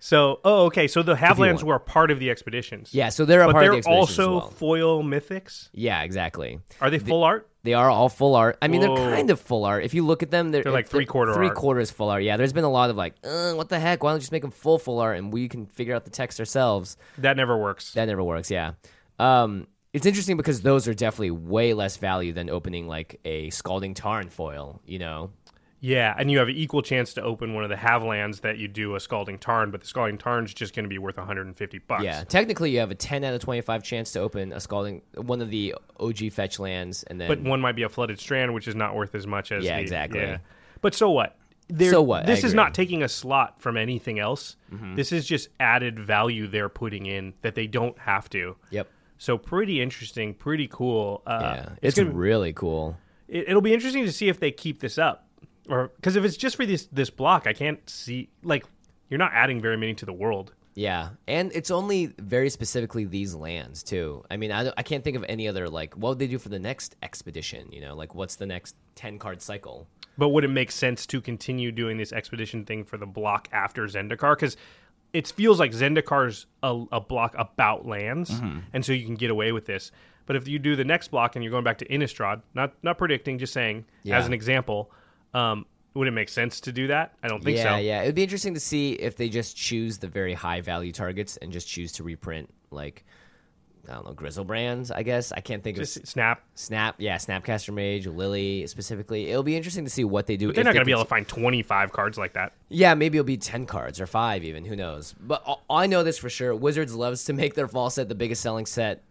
Speaker 2: so oh okay so the have
Speaker 1: you
Speaker 2: lands
Speaker 1: want.
Speaker 2: were part of the expeditions
Speaker 1: Yeah, so they're a
Speaker 2: but
Speaker 1: part
Speaker 2: they're
Speaker 1: of the expeditions as
Speaker 2: also
Speaker 1: well.
Speaker 2: foil mythics
Speaker 1: Yeah, exactly.
Speaker 2: are they full art
Speaker 1: They are all full art. I mean,
Speaker 2: Whoa.
Speaker 1: they're kind of full art. If you look at them, they're,
Speaker 2: They're like
Speaker 1: it's-
Speaker 2: three-quarter
Speaker 1: Three
Speaker 2: art.
Speaker 1: quarters full art. Yeah, there's been a lot of like, uh, what the heck? Why don't you just make them full full art and we can figure out the text ourselves?
Speaker 2: that never works
Speaker 1: That never works. Yeah. Um, it's interesting because those are definitely way less value than opening like a scalding tarn foil. You know,
Speaker 2: Yeah, and you have an equal chance to open one of the Havlands that you do a Scalding Tarn, but the Scalding Tarn's just going to be worth 150 bucks.
Speaker 1: yeah. Technically, you have a ten out of twenty five chance to open a scalding one of the OG fetch lands, and then
Speaker 2: But one might be a Flooded Strand, which is not worth as much as
Speaker 1: Yeah,
Speaker 2: the-
Speaker 1: exactly.
Speaker 2: But so what? They're-
Speaker 1: So what? I
Speaker 2: This is
Speaker 1: agree. Mm-hmm.
Speaker 2: not taking a slot from anything else. This is just added value they're putting in that they don't have to.
Speaker 1: yep.
Speaker 2: So pretty interesting, pretty cool. Uh,
Speaker 1: Yeah,
Speaker 2: it's
Speaker 1: it's,
Speaker 2: gonna-
Speaker 1: really cool.
Speaker 2: it, it'll be interesting to see if they keep this up or because if it's just for this this block, I can't see like you're not adding very many to the world.
Speaker 1: Yeah, and it's only very specifically these lands too. I mean, I, don't- I can't think of any other like what would they do for the next expedition. You know, like what's the next ten card cycle?
Speaker 2: But would it make sense to continue doing this expedition thing for the block after Zendikar? Because it feels like Zendikar's a, a block about lands,
Speaker 1: Mm-hmm.
Speaker 2: and so you can get away with this. But if you do the next block and you're going back to Innistrad, not not predicting, just saying as
Speaker 1: Yeah.
Speaker 2: an example, um, would it make sense to do that? I don't think
Speaker 1: yeah,
Speaker 2: so.
Speaker 1: yeah. It would be interesting to see if they just choose the very high value targets and just choose to reprint like I don't know Grizzlebrands. I guess I can't think of
Speaker 2: Just snap.
Speaker 1: Snap. Yeah, Snapcaster Mage, Lily specifically. It'll be interesting to see what they do.
Speaker 2: They're
Speaker 1: if
Speaker 2: not
Speaker 1: they
Speaker 2: going to be
Speaker 1: continue-
Speaker 2: able to find 25 cards like that.
Speaker 1: Yeah, maybe it'll be 10 cards or 5 even, who knows. But all- all I know this for sure, Wizards loves to make their fall set the biggest selling set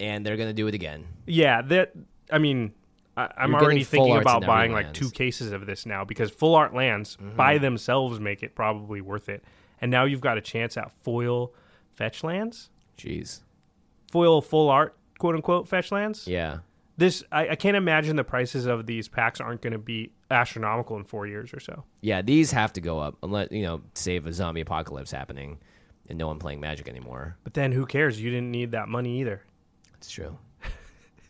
Speaker 1: and they're going to do it again.
Speaker 2: Yeah, that. I mean, I, I'm
Speaker 1: You're getting
Speaker 2: already
Speaker 1: full
Speaker 2: thinking
Speaker 1: arts
Speaker 2: about
Speaker 1: in every Mm-hmm.
Speaker 2: buying like
Speaker 1: lands.
Speaker 2: two cases of this now because full art lands by themselves make it probably worth it. And now you've got a chance at foil fetch lands,
Speaker 1: Jeez.
Speaker 2: foil full art, quote unquote fetch lands.
Speaker 1: Yeah.
Speaker 2: This I, I can't imagine the prices of these packs aren't going to be astronomical in four years or so.
Speaker 1: Yeah, these have to go up unless, you know, save a zombie apocalypse happening. and no one playing Magic anymore.
Speaker 2: But then who cares? You didn't need that money either.
Speaker 1: That's true.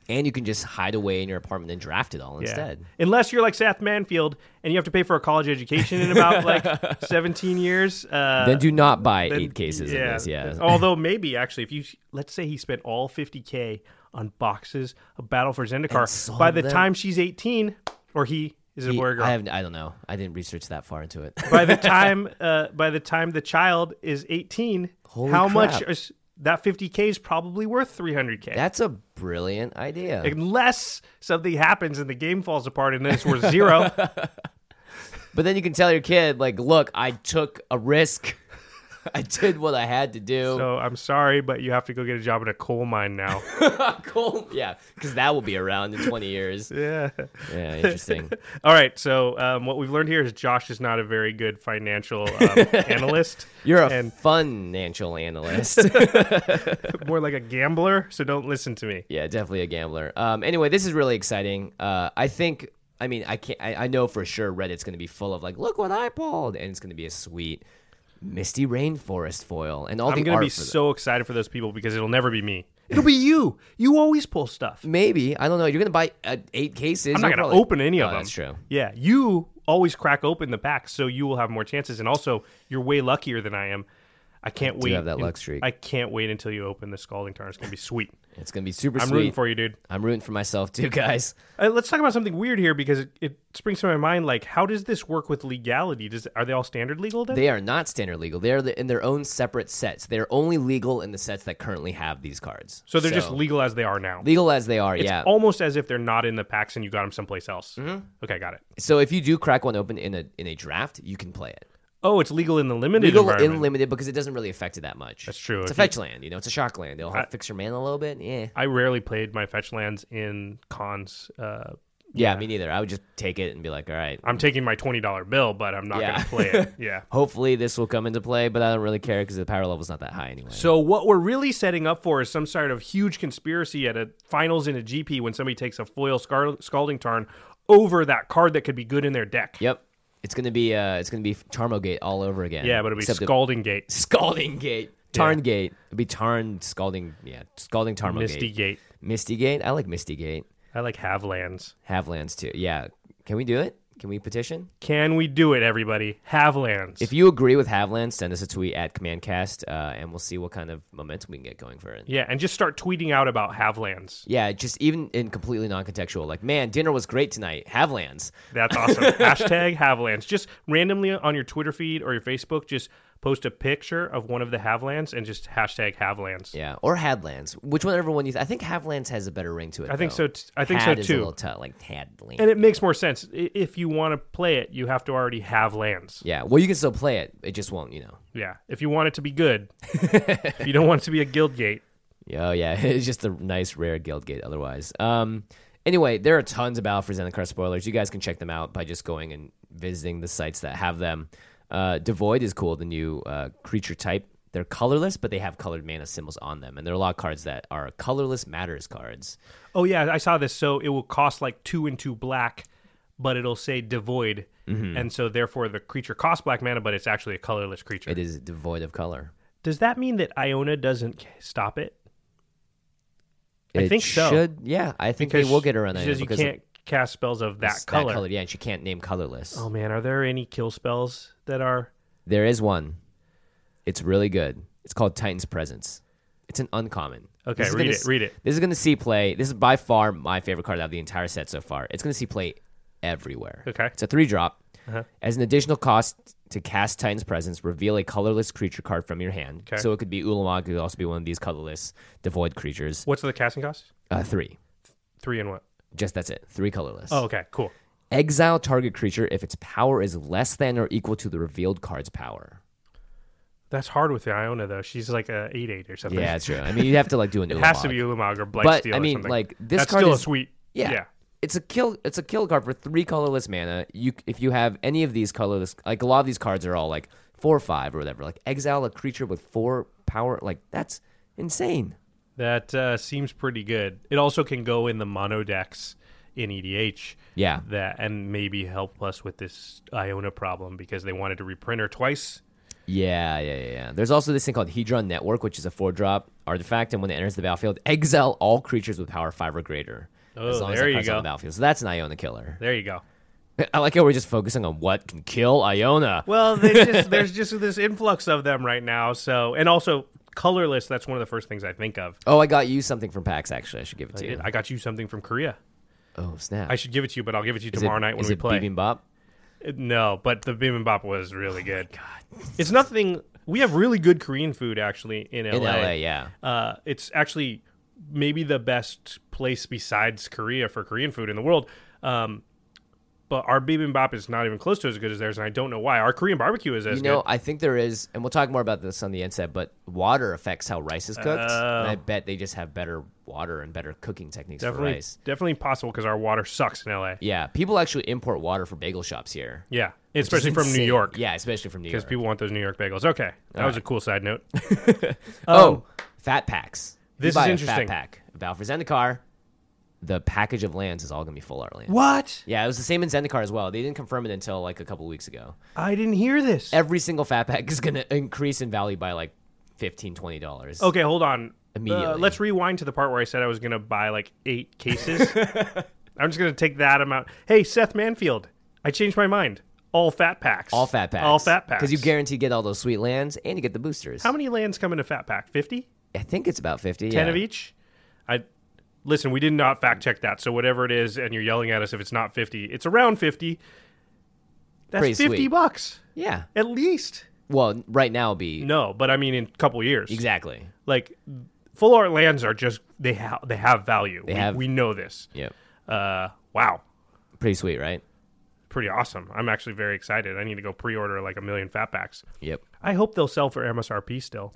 Speaker 1: and you can just hide away in your apartment and draft it all
Speaker 2: Yeah.
Speaker 1: instead.
Speaker 2: Unless you're like Seth Manfield and you have to pay for a college education in about like 17 years. Uh,
Speaker 1: then do not buy
Speaker 2: then-
Speaker 1: eight cases of this. Yeah.
Speaker 2: Although maybe actually, if you let's say he spent all 50k on boxes of Battle for Zendikar,
Speaker 1: sold
Speaker 2: by the
Speaker 1: them.
Speaker 2: time she's 18 or he is it a boy or girl?
Speaker 1: I, have, I don't know. I didn't research that far into it.
Speaker 2: by the time uh, by the time the child is 18,
Speaker 1: Holy
Speaker 2: how much
Speaker 1: crap.
Speaker 2: is that 50k is probably worth 300k.
Speaker 1: That's a brilliant idea.
Speaker 2: Unless something happens and the game falls apart and then it's worth zero.
Speaker 1: But then you can tell your kid, like, look, I took a risk. I did what I had to do.
Speaker 2: so I'm sorry, but you have to go get a job in a coal mine now.
Speaker 1: cool. Yeah, because that will be around in 20 years.
Speaker 2: yeah.
Speaker 1: Yeah, interesting.
Speaker 2: All right. So um, what we've learned here is Josh is not a very good financial um, analyst.
Speaker 1: You're a
Speaker 2: and
Speaker 1: financial analyst.
Speaker 2: more like a gambler. So don't listen to me.
Speaker 1: yeah, definitely a gambler. Um, anyway, this is really exciting. Uh, I think. I mean, I can't. I, I know for sure Reddit's going to be full of like, look what I pulled, and it's going to be a sweet misty rainforest foil, and all
Speaker 2: I'm
Speaker 1: the
Speaker 2: gonna
Speaker 1: art
Speaker 2: be
Speaker 1: for the-
Speaker 2: so excited for those people because it'll never be me. It'll be you. You always pull stuff.
Speaker 1: Maybe I don't know. You're going to buy uh, eight cases.
Speaker 2: I'm not
Speaker 1: You'll
Speaker 2: going to
Speaker 1: probably-
Speaker 2: open any of
Speaker 1: Oh,
Speaker 2: them.
Speaker 1: That's true.
Speaker 2: Yeah, you always crack open the pack, so you will have more chances. And also, you're way luckier than I am. I can't wait.
Speaker 1: have that
Speaker 2: and-
Speaker 1: luck streak.
Speaker 2: I can't wait until you open the Scalding Tarn. It's going to be sweet.
Speaker 1: It's going to be super
Speaker 2: I'm
Speaker 1: sweet.
Speaker 2: rooting for you, dude.
Speaker 1: I'm rooting for myself too, guys.
Speaker 2: Uh, let's talk about something weird here because it, it springs to my mind. Like, how does this work with legality? Does are they all standard legal? Then?
Speaker 1: They are not standard legal. They are the, in their own separate sets. They are only legal in the sets that currently have these cards.
Speaker 2: so they're just legal as they are now.
Speaker 1: legal as they are.
Speaker 2: it's
Speaker 1: yeah. Mm-hmm.
Speaker 2: almost as if they're not in the packs and you got them someplace else. Okay, got it.
Speaker 1: so if you do crack one open in a in a draft, you can play it.
Speaker 2: Oh, it's legal in the limited
Speaker 1: Legal
Speaker 2: environment.
Speaker 1: in limited because it doesn't really affect it that much. That's
Speaker 2: true.
Speaker 1: It's a
Speaker 2: If you-
Speaker 1: fetch land. You know, it's a shock land. They'll help fix your mana a little bit. Yeah.
Speaker 2: I rarely played my fetch lands in cons. Uh,
Speaker 1: yeah. Me neither. I would just take it and be like, all right.
Speaker 2: I'm taking my twenty dollar bill, but I'm not
Speaker 1: Yeah.
Speaker 2: going to play it. Yeah.
Speaker 1: Hopefully this will come into play, but I don't really care because the power level's not that high anyway.
Speaker 2: So what we're really setting up for is some sort of huge conspiracy at a finals in a GP when somebody takes a foil scar- scalding tarn over that card that could be good in their deck.
Speaker 1: yep. It's gonna be uh, it's gonna be Charmogate all over again.
Speaker 2: Yeah, but it'll be
Speaker 1: Except it-
Speaker 2: scalding gate,
Speaker 1: Scalding Gate. Tarn Gate. It'd be Tarn Scalding. Yeah, Scalding Tarmo
Speaker 2: misty
Speaker 1: Gate.
Speaker 2: gate.
Speaker 1: Misty Gate. I like Misty Gate.
Speaker 2: I like Havlands.
Speaker 1: Havilands too. Yeah. Can we do it? Can we petition?
Speaker 2: Can we do it, everybody? Havlands.
Speaker 1: If you agree with Havilands, send us a tweet at CommandCast, uh, and we'll see what kind of momentum we can get going for it.
Speaker 2: yeah, and just start tweeting out about Havlands.
Speaker 1: Yeah, just even in completely non-contextual, like, man, dinner was great tonight. Havilands.
Speaker 2: That's awesome. Hashtag Havlands. Just randomly on your Twitter feed or your Facebook, just post a picture of one of the Havlands and just hashtag Havlands.
Speaker 1: Yeah, or Hadlands. Which one, everyone you? Th- I think Havilands has a better ring to it.
Speaker 2: I think
Speaker 1: though.
Speaker 2: so t- I think so,
Speaker 1: Had is a
Speaker 2: too.
Speaker 1: little tough, like Hadlands.
Speaker 2: And it makes more sense. I- If you want to play it, you have to already have lands.
Speaker 1: yeah, well, you can still play it. It just won't, you know.
Speaker 2: Yeah. If you want it to be good, if you don't want it to be a guild gate.
Speaker 1: Yeah, Oh yeah, it's just a nice rare Guildgate. Otherwise, um, anyway, there are tons of Battle for Zendikar spoilers. You guys can check them out by just going and visiting the sites that have them. Uh, Devoid is cool, the new uh, creature type. They're colorless, but they have colored mana symbols on them, and there are a lot of cards that are colorless matters cards.
Speaker 2: Oh, yeah, I saw this. So it will cost like two and two black, but it'll say devoid.
Speaker 1: Mm-hmm.
Speaker 2: And so therefore the creature costs black mana, but it's actually a colorless creature.
Speaker 1: It is devoid of color.
Speaker 2: Does that mean that Iona doesn't c- stop it? I
Speaker 1: It
Speaker 2: think so.
Speaker 1: Should, yeah, I think they will get around that
Speaker 2: Because you
Speaker 1: because
Speaker 2: can't cast spells of
Speaker 1: of
Speaker 2: that color.
Speaker 1: color. Yeah, and she can't name colorless.
Speaker 2: Oh, man. Are there any kill spells that are.
Speaker 1: There is one. It's really good. It's called Titan's Presence. It's an uncommon.
Speaker 2: Okay,
Speaker 1: This is
Speaker 2: read
Speaker 1: gonna
Speaker 2: it, read it.
Speaker 1: This is going to see play. This is by far my favorite card out of the entire set so far. It's going to see play everywhere.
Speaker 2: Okay. Uh-huh.
Speaker 1: It's a three drop. As an additional cost to cast Titan's Presence, reveal a colorless creature card from your hand.
Speaker 2: Okay.
Speaker 1: So it could be Ulamog, it could also be one of these colorless devoid creatures.
Speaker 2: What's the casting cost?
Speaker 1: Uh, three.
Speaker 2: Three and what?
Speaker 1: Just that's it. Three colorless.
Speaker 2: Oh, okay. Cool.
Speaker 1: Exile target creature if its power is less than or equal to the revealed card's power.
Speaker 2: That's hard with Iona though. She's like a eight eight or something.
Speaker 1: Yeah, it's true. I mean, you'd have to like do an
Speaker 2: it
Speaker 1: Ulamog.
Speaker 2: has to be Ulamog or Blightsteel.
Speaker 1: But, I
Speaker 2: or
Speaker 1: mean,
Speaker 2: something.
Speaker 1: like, this
Speaker 2: That's
Speaker 1: card
Speaker 2: still
Speaker 1: is-
Speaker 2: a sweet.
Speaker 1: Yeah. It's a kill. It's a kill card for three colorless mana. You, if you have any of these colorless, like a lot of these cards are all like four or five or whatever. Like exile a creature with four power. Like that's insane.
Speaker 2: that uh, seems pretty good. It also can go in the mono decks in E EDH.
Speaker 1: Yeah.
Speaker 2: that and maybe help us with this Iona problem because they wanted to reprint her twice.
Speaker 1: Yeah, yeah, yeah, yeah. There's also this thing called Hedron Network, which is a four drop artifact, and when it enters the battlefield, exile all creatures with power five or greater.
Speaker 2: Oh,
Speaker 1: as long
Speaker 2: there
Speaker 1: as
Speaker 2: you
Speaker 1: card's on the
Speaker 2: go.
Speaker 1: battlefield. So that's an Iona killer.
Speaker 2: There you go.
Speaker 1: I like how we're just focusing on what can kill Iona.
Speaker 2: Well, there's just, there's just this influx of them right now. So, and also colorless. That's one of the first things I think of.
Speaker 1: oh, I got you something from PAX, actually. I should give it to you.
Speaker 2: I got you something from Korea.
Speaker 1: oh, snap.
Speaker 2: I should give it to you, but I'll give it to you
Speaker 1: Is it-
Speaker 2: tomorrow night when
Speaker 1: is
Speaker 2: we
Speaker 1: it
Speaker 2: play.
Speaker 1: bibimbap?
Speaker 2: No, but the bibimbap was
Speaker 1: Oh
Speaker 2: really good. God, it's nothing. We have really good Korean food actually in LA.
Speaker 1: In LA, yeah.
Speaker 2: Uh, it's actually maybe the best place besides Korea for Korean food in the world. Um, but our bibimbap is not even close to as good as theirs, and I don't know why. Our Korean barbecue is as
Speaker 1: you know,
Speaker 2: good.
Speaker 1: I think there is, and we'll talk more about this on the end set, but water affects how rice is cooked. and I bet they just have better water and better cooking techniques for
Speaker 2: Oh. Definitely,
Speaker 1: rice.
Speaker 2: definitely possible because our water sucks in LA.
Speaker 1: Yeah, people actually import water for bagel shops here.
Speaker 2: Yeah,
Speaker 1: which is
Speaker 2: especially from New
Speaker 1: insane.
Speaker 2: York.
Speaker 1: Yeah, especially from New
Speaker 2: because
Speaker 1: York.
Speaker 2: people want those New York bagels. Okay, that was a cool side note.
Speaker 1: oh, fat packs. If you
Speaker 2: this
Speaker 1: buy
Speaker 2: is
Speaker 1: A fat
Speaker 2: interesting.
Speaker 1: pack of Balfour Zendikar. The package of lands is all going to be full art land.
Speaker 2: what?
Speaker 1: Yeah, it was the same in Zendikar as well. They didn't confirm it until like a couple weeks ago.
Speaker 2: I didn't hear this.
Speaker 1: Every single fat pack is going to increase in value by like 15 dollars.
Speaker 2: Okay, hold on.
Speaker 1: Immediately.
Speaker 2: Uh, let's rewind to the part where I said I was going to buy like eight cases. I'm just going to take that amount. Hey, Seth Manfield, I changed my mind. All fat packs.
Speaker 1: All fat packs.
Speaker 2: All fat packs.
Speaker 1: Because you guarantee get all those sweet lands and you get the boosters.
Speaker 2: How many lands come in a fat pack? 50?
Speaker 1: I think it's about 50.
Speaker 2: 10
Speaker 1: yeah.
Speaker 2: of each? I Listen, we did not fact check that. So whatever it is, and you're yelling at us if it's not 50, it's around 50. That's
Speaker 1: Pretty
Speaker 2: 50
Speaker 1: sweet.
Speaker 2: bucks
Speaker 1: Yeah.
Speaker 2: at least.
Speaker 1: Well, right now it'd be.
Speaker 2: No, but I mean in a couple years.
Speaker 1: Exactly.
Speaker 2: Like full art lands are just they have they have value.
Speaker 1: They
Speaker 2: we,
Speaker 1: have-
Speaker 2: we know this.
Speaker 1: Yep.
Speaker 2: Uh, wow,
Speaker 1: Pretty sweet, right?
Speaker 2: pretty awesome. I'm actually very excited. I need to go pre-order like a million fatbacks.
Speaker 1: Yep.
Speaker 2: I hope they'll sell for MSRP still.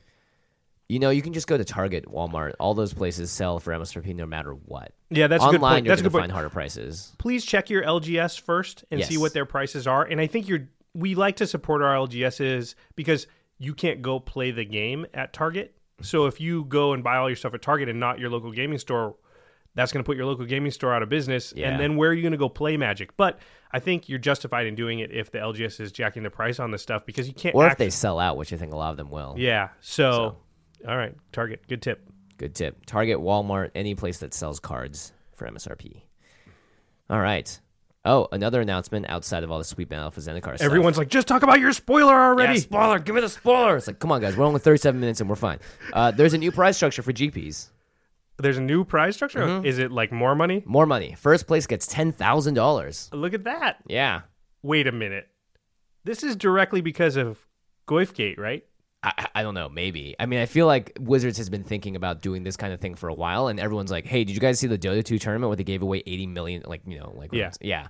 Speaker 1: You know, you can just go to Target, Walmart. All those places sell for MSRP no matter what.
Speaker 2: Yeah, that's a good
Speaker 1: Online,
Speaker 2: point.
Speaker 1: you're
Speaker 2: That's a
Speaker 1: gonna
Speaker 2: good point.
Speaker 1: find harder prices.
Speaker 2: Please check your LGS first and see
Speaker 1: Yes.
Speaker 2: what their prices are. And I think you're we like to support our LGSs because you can't go play the game at Target. So if you go and buy all your stuff at Target and not your local gaming store, that's going to put your local gaming store out of business.
Speaker 1: Yeah.
Speaker 2: And then where are you going to go play Magic? But I think you're justified in doing it if the LGS is jacking the price on this stuff because you can't.
Speaker 1: Or if
Speaker 2: act-
Speaker 1: they sell out, which I think a lot of them will.
Speaker 2: Yeah. So, all right, Target, good tip.
Speaker 1: Good tip. Target, Walmart, any place that sells cards for MSRP. All right. Oh, another announcement outside of all the sweet Battle for Zendikar stuff.
Speaker 2: Everyone's like, just talk about your spoiler already.
Speaker 1: Yeah, spoiler. Give me the spoiler. It's like, come on, guys. We're only 37 minutes and we're fine. Uh, there's a new prize structure for GPs.
Speaker 2: There's a new prize structure.
Speaker 1: Mm-hmm.
Speaker 2: Is it like more money?
Speaker 1: More money. First place gets $10,000.
Speaker 2: Look at that.
Speaker 1: Yeah.
Speaker 2: Wait a minute. This is directly because of Goifgate, right?
Speaker 1: I- I, I don't know. Maybe. I mean, I feel like Wizards has been thinking about doing this kind of thing for a while, and everyone's like, "Hey, did you guys see the Dota two tournament where they gave away eighty million? Like, you know, like
Speaker 2: Yeah.
Speaker 1: rounds?" yeah."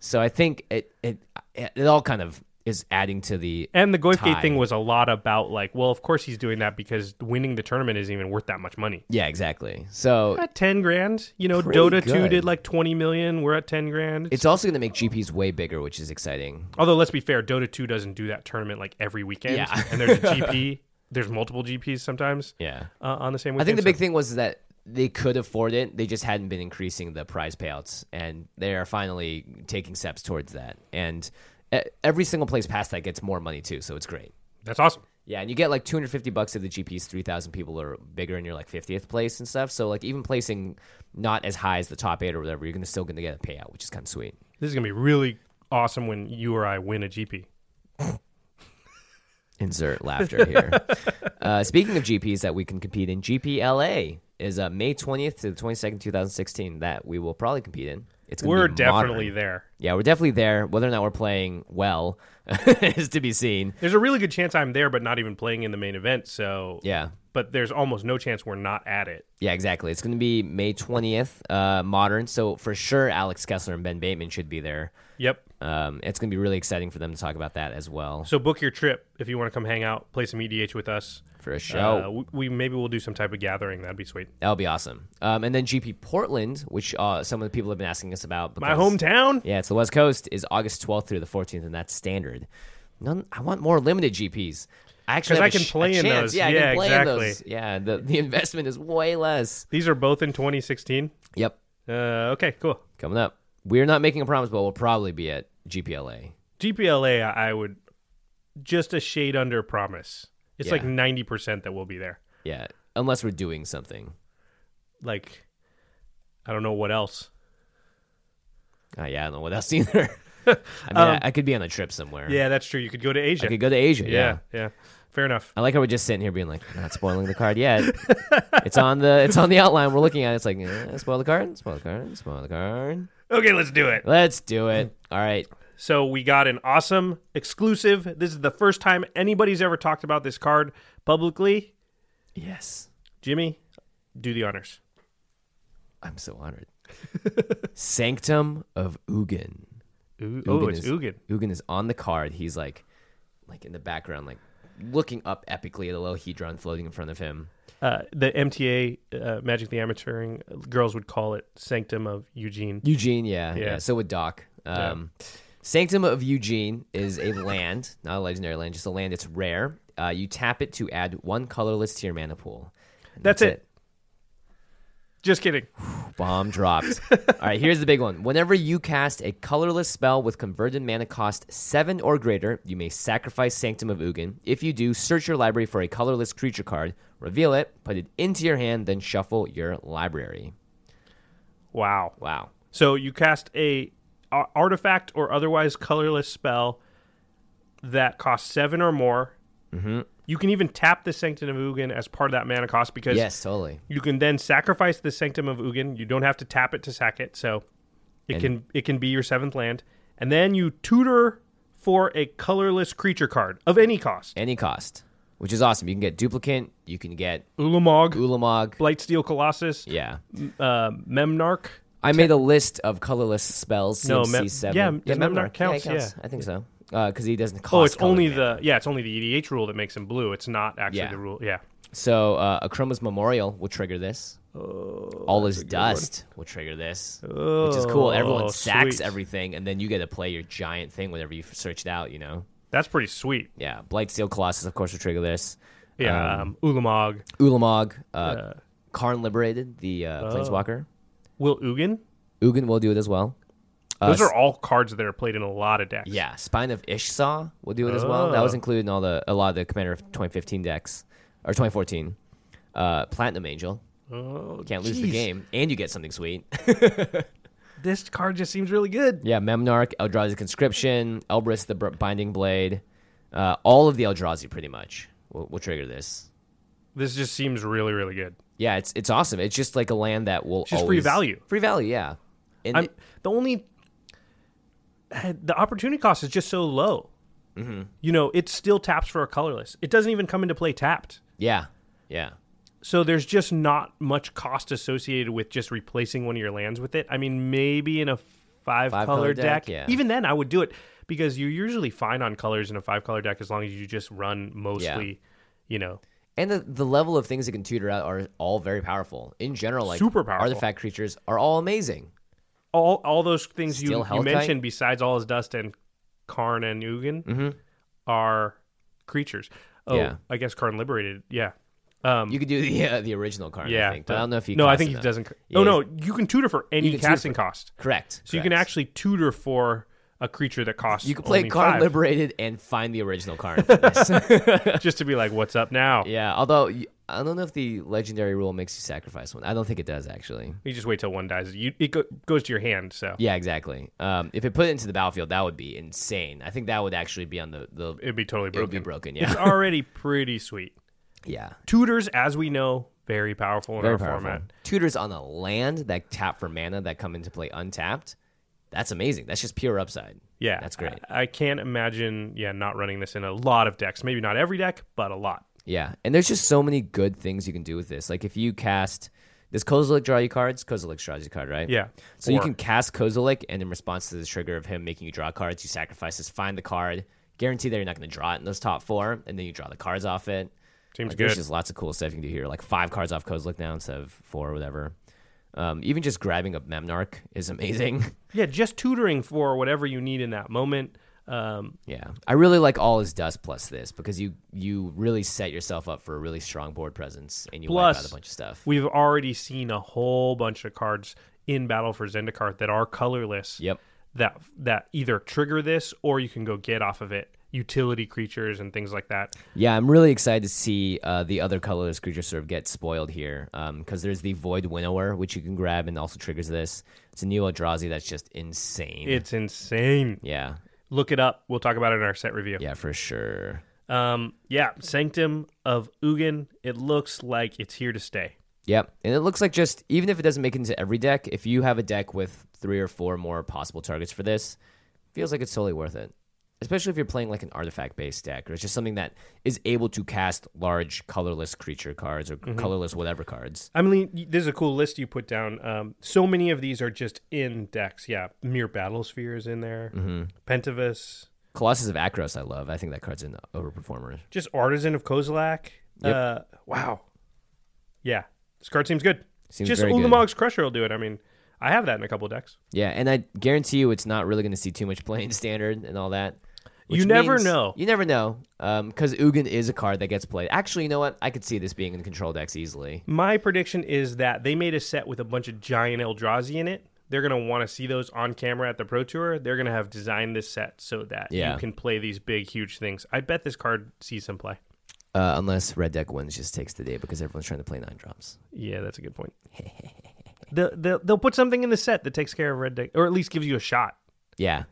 Speaker 1: So I think it it it all kind of is adding to the
Speaker 2: And the Goifgate
Speaker 1: Tie.
Speaker 2: thing was a lot about like, well, of course he's doing that because winning the tournament isn't even worth that much money.
Speaker 1: yeah, exactly. So
Speaker 2: At ten grand, you know,
Speaker 1: Pretty
Speaker 2: Dota two
Speaker 1: good.
Speaker 2: did like twenty million. We're at ten grand.
Speaker 1: it's also going to make GPs way bigger, which is exciting.
Speaker 2: Although let's be fair, Dota 2 doesn't do that tournament like every weekend.
Speaker 1: Yeah.
Speaker 2: and there's a GP. There's multiple GPs sometimes.
Speaker 1: Yeah.
Speaker 2: Uh, on the same
Speaker 1: I
Speaker 2: weekend.
Speaker 1: think the
Speaker 2: so-
Speaker 1: big thing was that they could afford it. They just hadn't been increasing the prize payouts, and they are finally taking steps towards that. And e- every single place past that gets more money too, so it's great.
Speaker 2: That's awesome.
Speaker 1: Yeah, and you get like 250 bucks if the GP's 3,000 people or bigger, and you're like 50th place and stuff. So like even placing not as high as the top eight or whatever, you're gonna still gonna get a payout, which is kind of sweet.
Speaker 2: This is gonna be really awesome when you or I win a GP.
Speaker 1: Insert laughter here. uh, speaking of GPs that we can compete in, GPLA is uh, May 20th to the 22nd, 2016. That we will probably compete in. It's gonna
Speaker 2: We're
Speaker 1: be
Speaker 2: definitely
Speaker 1: modern.
Speaker 2: there.
Speaker 1: yeah, we're definitely there. Whether or not we're playing well is to be seen.
Speaker 2: There's a really good chance I'm there, but not even playing in the main event. So
Speaker 1: Yeah.
Speaker 2: But there's almost no chance we're not at it.
Speaker 1: Yeah, exactly. It's going to be May 20th, uh, modern. So for sure, Alex Kessler and Ben Bateman should be there.
Speaker 2: Yep.
Speaker 1: Um, it's going to be really exciting for them to talk about that as well
Speaker 2: So book your trip if you want to come hang out, play some EDH with us.
Speaker 1: for a
Speaker 2: Uh,
Speaker 1: show.
Speaker 2: we, we maybe we'll do some type of gathering. That'd be sweet.
Speaker 1: That'll be awesome. Um, and then GP Portland, which uh, some of the people have been asking us about.
Speaker 2: My
Speaker 1: Because,
Speaker 2: hometown.
Speaker 1: Yeah, it's the West Coast, is August 12th through the 14th, and that's standard. None, I want more limited GPs. I actually have
Speaker 2: 'Cause I
Speaker 1: a
Speaker 2: can
Speaker 1: sh-
Speaker 2: play
Speaker 1: a
Speaker 2: in
Speaker 1: chance.
Speaker 2: those.
Speaker 1: Yeah, I
Speaker 2: Yeah,
Speaker 1: can play
Speaker 2: exactly.
Speaker 1: in those. Yeah, the, the investment is way less.
Speaker 2: These are both in 2016.
Speaker 1: Yep,
Speaker 2: Uh, okay, cool.
Speaker 1: coming up. We're not making a promise, but we'll probably be at GPLA.
Speaker 2: GPLA, I I would just a shade under promise. It's
Speaker 1: Yeah.
Speaker 2: like 90% that we'll be there.
Speaker 1: Yeah, unless we're doing something.
Speaker 2: Like, I don't know what else.
Speaker 1: Uh, yeah, I don't know what else either. I mean, I, I could be on a trip somewhere.
Speaker 2: Um, Yeah, that's true. You could go to Asia.
Speaker 1: I could go to Asia. Yeah.
Speaker 2: yeah, yeah. Fair enough.
Speaker 1: I like how we're just sitting here being like, not spoiling the card yet. it's on the it's on the outline. We're looking at it. It's like, eh, spoil the card, spoil the card, spoil the card.
Speaker 2: Okay, let's do it.
Speaker 1: Let's do it. All right.
Speaker 2: So we got an awesome exclusive. This is the first time anybody's ever talked about this card publicly.
Speaker 1: Yes.
Speaker 2: Jimmy, do the honors.
Speaker 1: I'm so honored. Sanctum of Ugin.
Speaker 2: Ooh, oh, it's
Speaker 1: is,
Speaker 2: Ugin.
Speaker 1: Ugin is on the card. He's like, like in the background, like looking up epically at a little hedron floating in front of him.
Speaker 2: Uh, the MTA, uh, Magic the Amateuring uh, girls would call it Sanctum of Eugene.
Speaker 1: Eugene, yeah, yeah.
Speaker 2: Yeah.
Speaker 1: So would Doc. Um, Sanctum of Eugene is a land, not a legendary land, just a land. It's rare. Uh, you tap it to add one colorless to your mana pool. And
Speaker 2: That's it. Just kidding.
Speaker 1: Bomb dropped. All right, here's the big one. Whenever you cast a colorless spell with converted mana cost 7 or greater, you may sacrifice Sanctum of Ugin. If you do, search your library for a colorless creature card, reveal it, put it into your hand, then shuffle your library.
Speaker 2: Wow.
Speaker 1: Wow.
Speaker 2: So you cast a a- artifact or otherwise colorless spell that costs seven or more. Mm-hmm. You can even tap the Sanctum of Ugin as part of that mana cost because
Speaker 1: Yes, totally.
Speaker 2: you can then sacrifice the Sanctum of Ugin. You don't have to tap it to sack it, so it
Speaker 1: And-
Speaker 2: can it can be your seventh land. And then you tutor for a colorless creature card of any cost.
Speaker 1: Any cost, which is awesome. You can get Duplicant, you can get
Speaker 2: Ulamog,
Speaker 1: Ulamog.
Speaker 2: Blightsteel Colossus,
Speaker 1: Yeah.
Speaker 2: uh, Memnarch.
Speaker 1: I made a list of colorless spells.
Speaker 2: No,
Speaker 1: CMC
Speaker 2: Mem-
Speaker 1: seven.
Speaker 2: yeah, does Memnar
Speaker 1: Memnar.
Speaker 2: counts?
Speaker 1: Yeah, it counts.
Speaker 2: Yeah.
Speaker 1: I think so. Because he doesn't cost.
Speaker 2: Oh, it's
Speaker 1: color
Speaker 2: only
Speaker 1: mana.
Speaker 2: the yeah, it's only the EDH rule that makes him blue. It's not actually
Speaker 1: Yeah.
Speaker 2: the rule. Yeah.
Speaker 1: So uh, a Chroma's Memorial will trigger this.
Speaker 2: Oh,
Speaker 1: All is dust will trigger this, which is cool. Everyone
Speaker 2: Oh,
Speaker 1: sacks
Speaker 2: sweet.
Speaker 1: everything, and then you get to play your giant thing whenever you search it out. You know,
Speaker 2: That's pretty sweet.
Speaker 1: yeah. Blightsteel Colossus, of course, will trigger this.
Speaker 2: Yeah, um, Ulamog.
Speaker 1: Ulamog, uh, Karn Liberated, the uh,
Speaker 2: Oh.
Speaker 1: Planeswalker.
Speaker 2: Will Ugin.
Speaker 1: Ugin will do it as well. Uh,
Speaker 2: Those are all cards that are played in a lot of decks.
Speaker 1: Yeah, Spine of Ishsaw will do it as well. That was
Speaker 2: Oh.
Speaker 1: included in all the a lot of the Commander of 2015 decks or 2014. Uh, Platinum Angel
Speaker 2: Oh,
Speaker 1: can't lose the
Speaker 2: jeez.
Speaker 1: game, and you get something sweet.
Speaker 2: This card just seems really good.
Speaker 1: yeah, Memnarch, Eldrazi Conscription, Elbrus the Br- Binding Blade, uh, all of the Eldrazi pretty much will, will trigger this.
Speaker 2: This just seems really, really good.
Speaker 1: Yeah, it's it's awesome. It's just like a land that will
Speaker 2: Just free
Speaker 1: always,
Speaker 2: value.
Speaker 1: Free value, yeah. And
Speaker 2: I'm, the only eh, the opportunity cost is just so low.
Speaker 1: Mm-hmm.
Speaker 2: You know, it still taps for a colorless. It doesn't even come into play tapped.
Speaker 1: yeah, yeah.
Speaker 2: So there's just not much cost associated with just replacing one of your lands with it. I mean, maybe in a five,
Speaker 1: color
Speaker 2: color
Speaker 1: deck,
Speaker 2: deck.
Speaker 1: yeah.
Speaker 2: Even then, I would do it because you're usually fine on colors in a five color deck as long as you just run mostly, you know,
Speaker 1: And the, the level of things that can tutor out are all very powerful. In general, like
Speaker 2: Super powerful.
Speaker 1: artifact creatures are all amazing.
Speaker 2: all all those things you,
Speaker 1: Steel
Speaker 2: you
Speaker 1: Hellkite?
Speaker 2: mentioned besides all his dust and Karn and Ugin are creatures. Oh,
Speaker 1: Mm-hmm. Yeah.
Speaker 2: I guess Karn liberated. Yeah. Um,
Speaker 1: You could do the uh, the original card,
Speaker 2: yeah.
Speaker 1: I think, but I don't know if you.
Speaker 2: No, I
Speaker 1: cost
Speaker 2: think
Speaker 1: enough.
Speaker 2: he doesn't.
Speaker 1: Yeah,
Speaker 2: oh
Speaker 1: he's-
Speaker 2: no, you can tutor for any
Speaker 1: can tutor
Speaker 2: casting cost.
Speaker 1: correct.
Speaker 2: So you can
Speaker 1: correct.
Speaker 2: actually tutor for a creature that costs.
Speaker 1: you can play
Speaker 2: only
Speaker 1: card
Speaker 2: five,
Speaker 1: liberated and find the original card. For this.
Speaker 2: just to be like, what's up now?
Speaker 1: yeah, although y- I don't know if the legendary rule makes you sacrifice one. I don't think it does actually.
Speaker 2: You just wait till one dies. You, it go, goes to your hand. So
Speaker 1: Yeah, exactly. Um, if it put it into the battlefield, that would be insane. I think that would actually be on the the.
Speaker 2: it'd be totally
Speaker 1: It would be broken.
Speaker 2: broken. It's
Speaker 1: Yeah,
Speaker 2: already pretty sweet.
Speaker 1: yeah.
Speaker 2: Tutors, as we know, very powerful in
Speaker 1: Very
Speaker 2: our
Speaker 1: powerful.
Speaker 2: format.
Speaker 1: Tutors on a land that tap for mana that come into play untapped. That's amazing. That's just pure upside.
Speaker 2: Yeah,
Speaker 1: that's great.
Speaker 2: I, I can't imagine. Yeah, not running this in a lot of decks. Maybe not every deck, but a lot.
Speaker 1: Yeah, and there's just so many good things you can do with this. Like if you cast, does Kozilek draw you cards? Kozilek draws you card, right?
Speaker 2: Yeah.
Speaker 1: So you
Speaker 2: Or-
Speaker 1: can cast Kozilek, and in response to the trigger of him making you draw cards, you sacrifice this, find the card, guarantee that you're not going to draw it in those top four, and then you draw the cards off it.
Speaker 2: Seems
Speaker 1: Like,
Speaker 2: good.
Speaker 1: There's just lots of cool stuff you can do here, like five cards off Kozilek now instead of four or whatever. Um, even just grabbing a Memnarch is amazing.
Speaker 2: yeah, just tutoring for whatever you need in that moment. Um,
Speaker 1: yeah, I really like all is dust plus this because you you really set yourself up for a really strong board presence and you wipe
Speaker 2: Plus,
Speaker 1: out a bunch of stuff.
Speaker 2: we've already seen a whole bunch of cards in Battle for Zendikar that are colorless.
Speaker 1: Yep.
Speaker 2: That that either trigger this or you can go get off of it utility creatures and things like that.
Speaker 1: Yeah, I'm really excited to see uh, the other colorless creature sort of get spoiled here because there's the Void Winnower, which you can grab and also triggers this. It's a new Eldrazi that's just insane.
Speaker 2: It's insane.
Speaker 1: yeah,
Speaker 2: Look it up. We'll talk about it in our set review.
Speaker 1: yeah, for sure.
Speaker 2: Um, yeah, Sanctum of Ugin. It looks like it's here to stay.
Speaker 1: Yep, and it looks like just even if it doesn't make it into every deck, if you have a deck with three or four more possible targets for this, feels like it's totally worth it. Especially if you're playing like an artifact based deck or it's just something that is able to cast large colorless creature cards or colorless whatever cards.
Speaker 2: I mean, y- this is a cool list you put down. Um, so many of these are just in decks. Yeah, Mere Battlesphere is in there.
Speaker 1: Mm-hmm.
Speaker 2: Pentavis,
Speaker 1: Colossus of Akros, I love. I think that card's an overperformer.
Speaker 2: just Artisan of Kozilak. Uh, wow. Yeah, this card seems good.
Speaker 1: Seems
Speaker 2: just
Speaker 1: very good.
Speaker 2: Ulamog's Crusher will do it. I mean, I have that in a couple decks.
Speaker 1: Yeah, and I guarantee you it's not really going to see too much play in standard and all that.
Speaker 2: You
Speaker 1: which
Speaker 2: never
Speaker 1: means-
Speaker 2: know.
Speaker 1: You never know. Because Ugin is a card that gets played. Actually, you know what? I could see this being in control decks easily.
Speaker 2: My prediction is that they made a set with a bunch of giant Eldrazi in it. They're going to want to see those on camera at the Pro Tour. They're going to have designed this set so that
Speaker 1: Yeah.
Speaker 2: you can play these big, huge things. I bet this card sees some play.
Speaker 1: Uh, unless Red Deck wins just takes the day because everyone's trying to play nine drops.
Speaker 2: Yeah, that's a good point. the, the, they'll put something in the set that takes care of Red Deck, or at least gives you a shot.
Speaker 1: Yeah.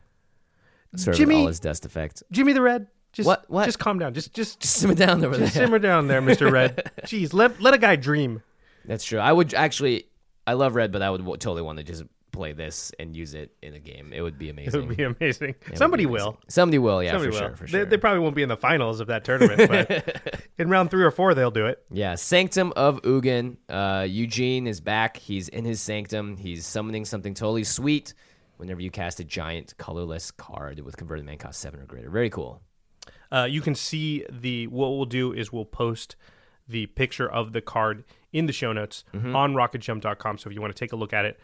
Speaker 1: Sort
Speaker 2: Jimmy-
Speaker 1: of all his dust effect.
Speaker 2: Jimmy the Red, just
Speaker 1: What- what?
Speaker 2: just calm down. Just just,
Speaker 1: Just simmer down over there.
Speaker 2: just simmer down there, Mister Red. Jeez, let let a guy dream.
Speaker 1: That's true. I would actually, I love Red, but I would w- totally want to just play this and use it in a game. It would be
Speaker 2: It
Speaker 1: amazing.
Speaker 2: would be amazing. Somebody will.
Speaker 1: Somebody will, yeah,
Speaker 2: Somebody
Speaker 1: for
Speaker 2: Oh, will.
Speaker 1: sure. For
Speaker 2: They-
Speaker 1: sure.
Speaker 2: They, probably won't be in the finals of that tournament, but in round three or four, they'll do it.
Speaker 1: Yeah, Sanctum of Ugin. Uh, Eugene is back. He's in his sanctum. He's summoning something totally sweet whenever you cast a giant colorless card with converted mana cost seven or greater. Very cool.
Speaker 2: Uh, you can see the what we'll do is we'll post the picture of the card in the show notes
Speaker 1: Mm-hmm.
Speaker 2: on rocketjump.com. So if you want to take a look at it,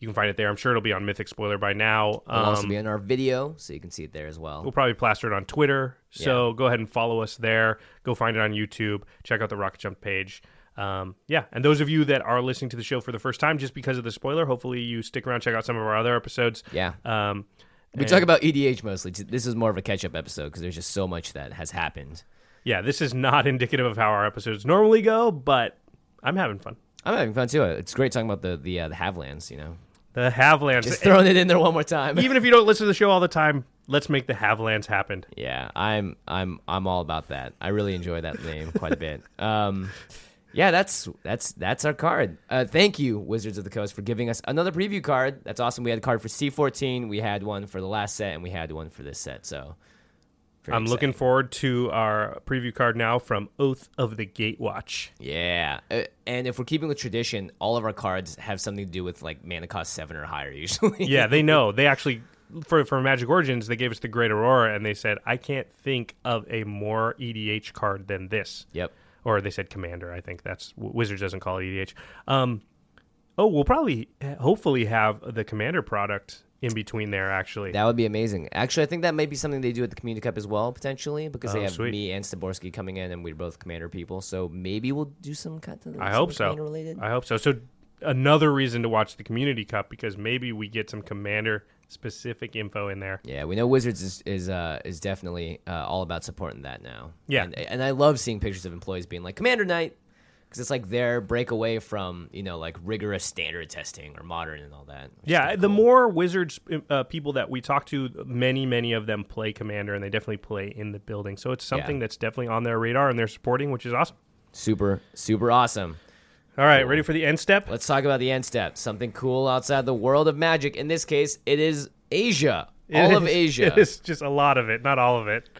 Speaker 2: you can find it there. I'm sure it'll be on Mythic Spoiler by now.
Speaker 1: It'll also
Speaker 2: Um,
Speaker 1: be in our video, so you can see it there as well.
Speaker 2: we'll probably plaster it on Twitter. So go ahead and follow us there. Go find it on YouTube. Check out the Rocket Jump page. Um, yeah, and those of you that are listening to the show for the first time, just because of the spoiler, hopefully you stick around, check out some of our other episodes.
Speaker 1: Yeah.
Speaker 2: Um,
Speaker 1: We talk about EDH mostly. T- This is more of a catch-up episode because there's just so much that has happened.
Speaker 2: yeah, this is not indicative of how our episodes normally go, but I'm having fun.
Speaker 1: I'm having fun too. It's great talking about the the uh, the Havlands. You know,
Speaker 2: The Havlands.
Speaker 1: just throwing it in there one more time.
Speaker 2: Even if you don't listen to the show all the time, let's make the Havlands happen.
Speaker 1: Yeah, I'm I'm I'm all about that. I really enjoy that name quite a bit. Um, yeah, that's that's that's our card. Uh, thank you, Wizards of the Coast, for giving us another preview card. That's awesome. We had a card for C14, we had one for the last set, and we had one for this set. So very
Speaker 2: I'm looking
Speaker 1: exciting.
Speaker 2: forward to our preview card now from Oath of the Gatewatch.
Speaker 1: Yeah, uh, and if we're keeping with tradition, all of our cards have something to do with like mana cost seven or higher usually.
Speaker 2: Yeah, they know. They actually for for Magic Origins, they gave us the Great Aurora, and they said, "I can't think of a more EDH card than this."
Speaker 1: Yep.
Speaker 2: Or they said Commander. I think that's Wizards doesn't call it EDH. Um, oh, we'll probably hopefully have the Commander product in between there. Actually,
Speaker 1: That would be amazing. Actually, I think that may be something they do at the Community Cup as well, potentially, because they
Speaker 2: Oh,
Speaker 1: have
Speaker 2: sweet.
Speaker 1: me and Staborski coming in, and we're both commander people. So maybe we'll do some kind of.
Speaker 2: I hope so.
Speaker 1: Commander related.
Speaker 2: I hope so. So another reason to watch the Community Cup because maybe we get some Commander specific info in there.
Speaker 1: yeah, we know Wizards is is uh, is definitely uh, all about supporting that now.
Speaker 2: Yeah.
Speaker 1: and, and I love seeing pictures of employees being like Commander Night because it's like their breakaway from you know like rigorous standard testing or modern and all that. which is
Speaker 2: Yeah,
Speaker 1: kinda
Speaker 2: the
Speaker 1: cool.
Speaker 2: more Wizards uh, people that we talk to, many, many of them play Commander and they definitely play in the building. So it's something
Speaker 1: Yeah.
Speaker 2: that's definitely on their radar and they're supporting, which is awesome.
Speaker 1: super super awesome.
Speaker 2: All right, ready for the end step?
Speaker 1: Let's talk about the end step. Something cool outside the world of magic. In this case, it is Asia. all of
Speaker 2: It is-
Speaker 1: Asia.
Speaker 2: It is just a lot of it, not all of it.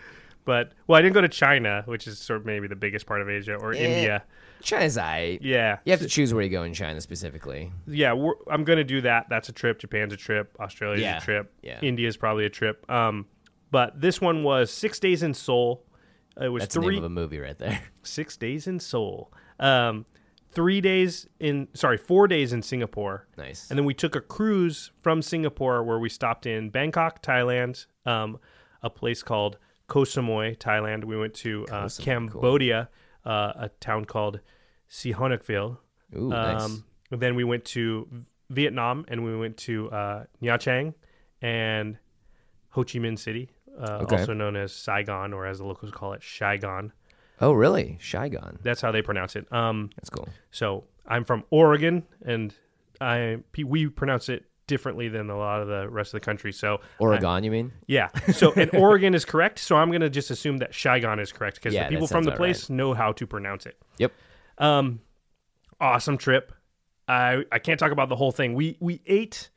Speaker 2: But, well, I didn't go to China, which is sort of maybe the biggest part of Asia, or
Speaker 1: Eh.
Speaker 2: India.
Speaker 1: China's I.
Speaker 2: Yeah.
Speaker 1: You have to choose where you go in China specifically.
Speaker 2: yeah, we're, I'm going to do that. That's a trip. Japan's a trip. Australia's
Speaker 1: Yeah,
Speaker 2: a trip.
Speaker 1: yeah.
Speaker 2: India's probably a trip. Um, but this one was six days in Seoul. It was
Speaker 1: That's the
Speaker 2: three
Speaker 1: name of a movie right there.
Speaker 2: six days in Seoul. Um, three days in sorry, four days in Singapore.
Speaker 1: Nice.
Speaker 2: And then we took a cruise from Singapore where we stopped in Bangkok, Thailand, um, a place called Koh Samui, Thailand. We went to uh, Cambodia, uh, a town called Sihanoukville. Um,
Speaker 1: Ooh, nice.
Speaker 2: and Then we went to Vietnam and we went to uh, Nha Trang and Ho Chi Minh City. uh,
Speaker 1: Okay.
Speaker 2: also known as Saigon, or as the locals call it, Shigon.
Speaker 1: Oh, really? Shigon.
Speaker 2: That's how they pronounce it. Um,
Speaker 1: That's cool.
Speaker 2: so I'm from Oregon, and I pe- we pronounce it differently than a lot of the rest of the country. So
Speaker 1: Oregon, you mean?
Speaker 2: yeah. So and Oregon is correct. So I'm gonna just assume that Shigon is correct because
Speaker 1: Yeah,
Speaker 2: the
Speaker 1: that
Speaker 2: people from
Speaker 1: sounds
Speaker 2: the
Speaker 1: about
Speaker 2: place know how to pronounce it.
Speaker 1: Yep.
Speaker 2: Um, awesome trip. I I can't talk about the whole thing. We we ate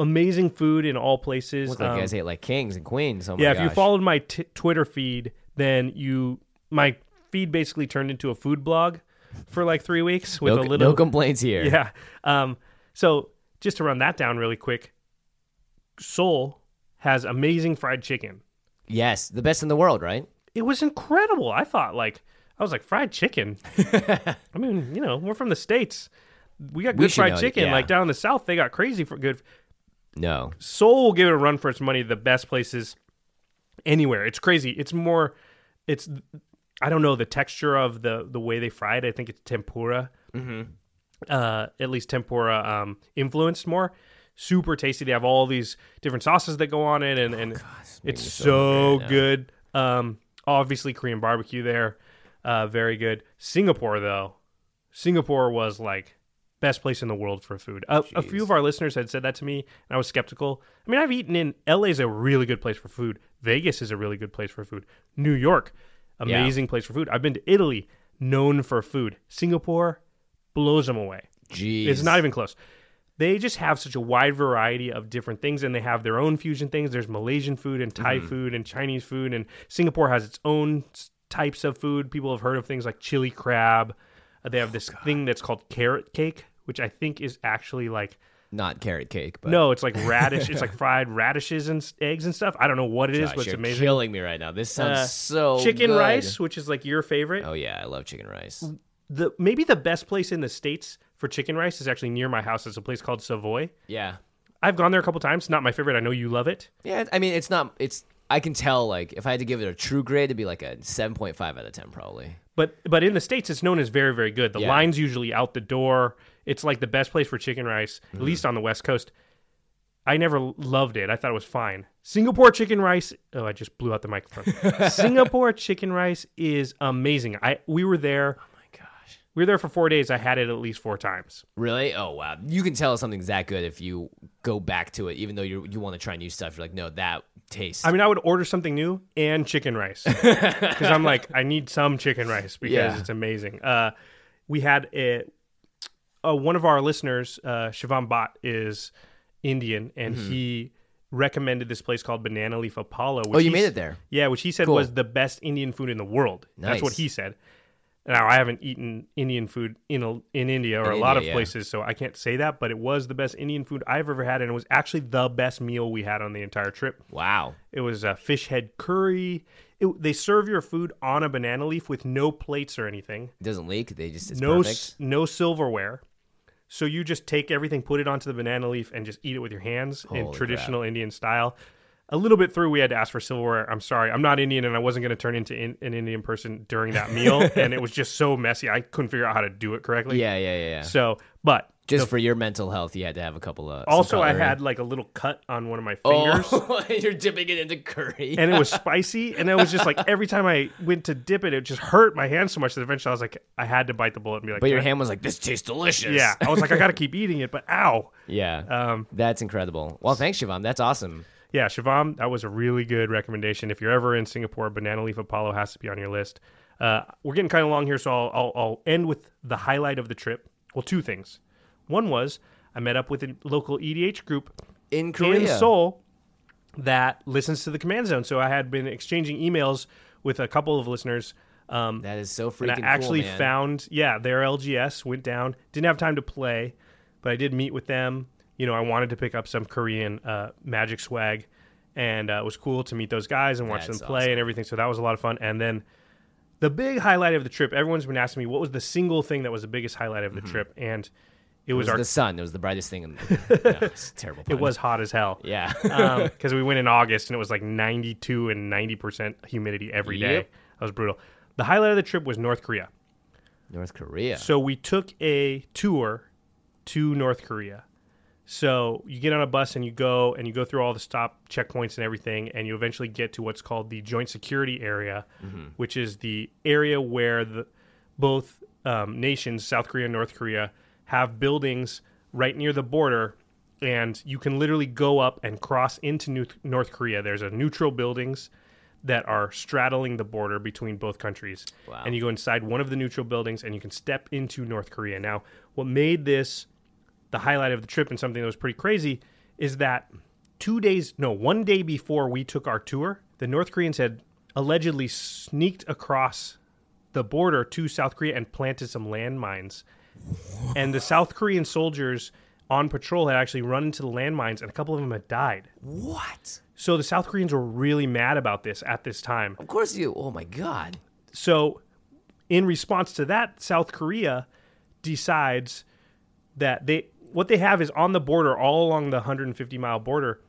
Speaker 2: amazing food in all places.
Speaker 1: Look like
Speaker 2: Um,
Speaker 1: you guys ate like kings and queens. Oh my
Speaker 2: yeah, if
Speaker 1: gosh.
Speaker 2: you followed my t- Twitter feed, then you my feed basically turned into a food blog for like three weeks with
Speaker 1: no,
Speaker 2: a
Speaker 1: c-
Speaker 2: little
Speaker 1: no complaints here.
Speaker 2: yeah. Um, so just to run that down really quick, Seoul has amazing fried chicken.
Speaker 1: Yes, the best in the world, right?
Speaker 2: It was incredible. I thought like I was like fried chicken. I mean, you know, we're from the states. We got
Speaker 1: We
Speaker 2: good
Speaker 1: should
Speaker 2: fried
Speaker 1: know it,
Speaker 2: chicken.
Speaker 1: yeah.
Speaker 2: Like down in the south, they got crazy for good.
Speaker 1: No.
Speaker 2: Seoul will give it a run for its money. The best places anywhere. It's crazy. It's more. It's I don't know the texture of the the way they fry it. I think it's tempura. Mm-hmm. Uh, at least tempura um, influenced more. Super tasty. They have all these different sauces that go on it, and and it's so good. Um, obviously Korean barbecue there, uh, very good. Singapore though, Singapore was like best place in the world for food. A, a few of our listeners had said that to me, and I was skeptical. I mean, I've eaten in LA's a really good place for food. Vegas is a really good place for food. New York, amazing place for food. I've been to Italy, known for food. Singapore blows them away.
Speaker 1: Jeez.
Speaker 2: It's not even close. They just have such a wide variety of different things, and they have their own fusion things. There's Malaysian food and
Speaker 1: Mm-hmm.
Speaker 2: Thai food and Chinese food, and Singapore has its own s- types of food. People have heard of things like chili crab. Uh,
Speaker 1: Oh,
Speaker 2: They have this thing that's called carrot cake, which I think is actually like
Speaker 1: not carrot cake, but
Speaker 2: no, it's like radish. it's like fried radishes and s- eggs and stuff. I don't know what it is,
Speaker 1: Gosh,
Speaker 2: but it's
Speaker 1: you're
Speaker 2: amazing.
Speaker 1: killing me right now. This sounds
Speaker 2: Uh,
Speaker 1: so
Speaker 2: chicken
Speaker 1: good.
Speaker 2: rice, which is like your favorite.
Speaker 1: Oh yeah, I love chicken rice.
Speaker 2: The maybe the best place in the states for chicken rice is actually near my house. It's a place called Savoy.
Speaker 1: Yeah.
Speaker 2: I've gone there a couple times. Not my favorite. I know you love it.
Speaker 1: Yeah, I mean it's not it's I can tell like if I had to give it a true grade it'd be like a 7.5 out of 10 probably.
Speaker 2: But but in the states, it's known as very very good. The
Speaker 1: Yeah.
Speaker 2: line's usually out the door. It's like the best place for chicken rice, at least on the west coast. I never l- loved it. I thought it was fine. Singapore chicken rice. Oh, I just blew out the microphone. Singapore chicken rice is amazing. I we were there. Oh my gosh. We were there for four days. I had it at least four times.
Speaker 1: Really? Oh wow. You can tell something's that good if you go back to it even though you you want to try new stuff. You're like, "No, that tastes."
Speaker 2: I mean, I would order something new and chicken rice because I'm like, I need some chicken rice because
Speaker 1: Yeah.
Speaker 2: it's amazing. Uh, we had a, uh, one of our listeners, uh, Shivam Bhatt, is Indian, and
Speaker 1: Mm-hmm.
Speaker 2: he recommended this place called Banana Leaf Apollo. Which
Speaker 1: Oh, you
Speaker 2: he
Speaker 1: made
Speaker 2: s-
Speaker 1: it there.
Speaker 2: Yeah, which he said
Speaker 1: Cool.
Speaker 2: was the best Indian food in the world. That's what
Speaker 1: Nice.
Speaker 2: he said. Now I haven't eaten Indian food in a, in India or a
Speaker 1: In
Speaker 2: lot
Speaker 1: India,
Speaker 2: of
Speaker 1: yeah.
Speaker 2: places, so I can't say that. But it was the best Indian food I've ever had, and it was actually the best meal we had on the entire trip.
Speaker 1: wow.
Speaker 2: It was a fish head curry. It, they serve your food on a banana leaf with no plates or anything,
Speaker 1: It doesn't leak. They just it's
Speaker 2: no
Speaker 1: perfect.
Speaker 2: s- no silverware. So you just take everything, put it onto the banana leaf, and just eat it with your hands in
Speaker 1: Holy
Speaker 2: traditional Indian style. A little bit through, we had to ask for silverware. I'm sorry, I'm not Indian, and I wasn't going to turn into in, an Indian person during that meal, and it was just so messy. I couldn't figure out how to do it correctly.
Speaker 1: Yeah, yeah, yeah. yeah.
Speaker 2: So, but
Speaker 1: Just for your mental health, you had to have a couple of some
Speaker 2: also, I
Speaker 1: cutlery.
Speaker 2: had like a little cut on one of my fingers.
Speaker 1: Oh, you're dipping it into curry.
Speaker 2: and it was spicy. And it was just like every time I went to dip it, it just hurt my hand so much that eventually I was like, I had to bite the bullet and be like,
Speaker 1: but your
Speaker 2: "I-
Speaker 1: hand was like, this tastes delicious.
Speaker 2: yeah. I was like, I got to keep eating it, but ow.
Speaker 1: Yeah.
Speaker 2: Um,
Speaker 1: That's incredible. Well, thanks, Shivam. That's awesome.
Speaker 2: yeah, Shivam, that was a really good recommendation. If you're ever in Singapore, Banana Leaf Apollo has to be on your list. Uh, we're getting kind of long here, so I'll, I'll, I'll end with the highlight of the trip. Well, two things. One was I met up with a local EDH group
Speaker 1: In
Speaker 2: in
Speaker 1: Korea.
Speaker 2: Seoul that listens to the Command Zone. So I had been exchanging emails with a couple of listeners. Um,
Speaker 1: That is so
Speaker 2: and
Speaker 1: freaking
Speaker 2: I actually
Speaker 1: cool, man.
Speaker 2: found, yeah, their LGS went down. Didn't have time to play, but I did meet with them. You know, I wanted to pick up some Korean uh, magic swag, and uh, it was cool to meet those guys and watch
Speaker 1: That's
Speaker 2: them play
Speaker 1: awesome.
Speaker 2: and everything. So that was a lot of fun. And then the big highlight of the trip, everyone's been asking me what was the single thing that was the biggest highlight of the trip, and it
Speaker 1: Mm-hmm. It
Speaker 2: was,
Speaker 1: was
Speaker 2: our.
Speaker 1: the sun. It was the brightest thing. In, yeah, it's a terrible.
Speaker 2: it
Speaker 1: pun.
Speaker 2: was hot as hell.
Speaker 1: Yeah.
Speaker 2: because we went in August and it was like 92 and 90% humidity every day.
Speaker 1: Yep.
Speaker 2: That was brutal. The highlight of the trip was North Korea.
Speaker 1: North Korea.
Speaker 2: So we took a tour to North Korea. So you get on a bus and you go and you go through all the stop checkpoints and everything, and you eventually get to what's called the joint security area, which is the area where the, both um, nations, South Korea and North Korea, have buildings right near the border, and you can literally go up and cross into New- North Korea. There's a neutral buildings that are straddling the border between both countries.
Speaker 1: Wow.
Speaker 2: And you go inside one of the neutral buildings and you can step into North Korea. Now, what made this the highlight of the trip and something that was pretty crazy is that two days, no, one day before we took our tour, the North Koreans had allegedly sneaked across the border to South Korea and planted some landmines. And the South Korean soldiers on patrol had actually run into the landmines and a couple of them had died.
Speaker 1: What?
Speaker 2: So the South Koreans were really mad about this at this time.
Speaker 1: Of course you. Oh my god.
Speaker 2: So, in response to that, South Korea decides that they what they have is on the border, all along the 150 mile border,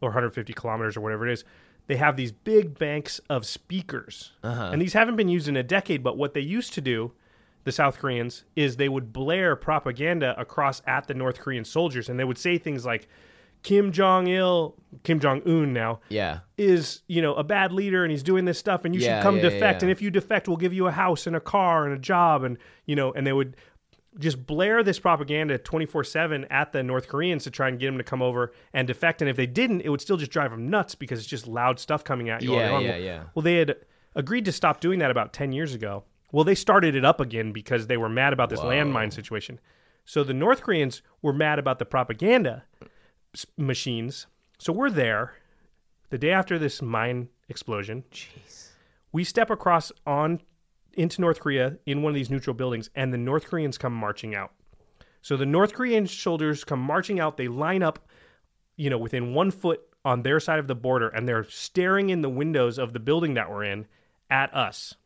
Speaker 2: or 150 kilometers, or whatever it is. They have these big banks of speakers,
Speaker 1: Uh-huh.
Speaker 2: and these haven't been used in a decade. But what they used to do, the South Koreans, is they would blare propaganda across at the North Korean soldiers, and they would say things like. Kim Jong Il, Kim Jong Un now,
Speaker 1: Yeah.
Speaker 2: is you know a bad leader and he's doing this stuff and you
Speaker 1: Yeah,
Speaker 2: should come
Speaker 1: yeah, yeah,
Speaker 2: defect
Speaker 1: yeah.
Speaker 2: and if you defect we'll give you a house and a car and a job and you know and they would just blare this propaganda 24/7 at the North Koreans to try and get them to come over and defect and if they didn't it would still just drive them nuts because it's just loud stuff coming at you all
Speaker 1: Yeah,
Speaker 2: day long.
Speaker 1: yeah,
Speaker 2: well,
Speaker 1: yeah.
Speaker 2: well they had agreed to stop doing that about 10 years ago well they started it up again because they were mad about this landmine situation so the North Koreans were mad about the propaganda s- machines so we're there the day after this mine explosion, we step across on into North Korea in one of these neutral buildings, and the North Koreans come marching out. So the North Korean soldiers come marching out. They line up, you know, within one foot on their side of the border, and they're staring in the windows of the building that we're in at us.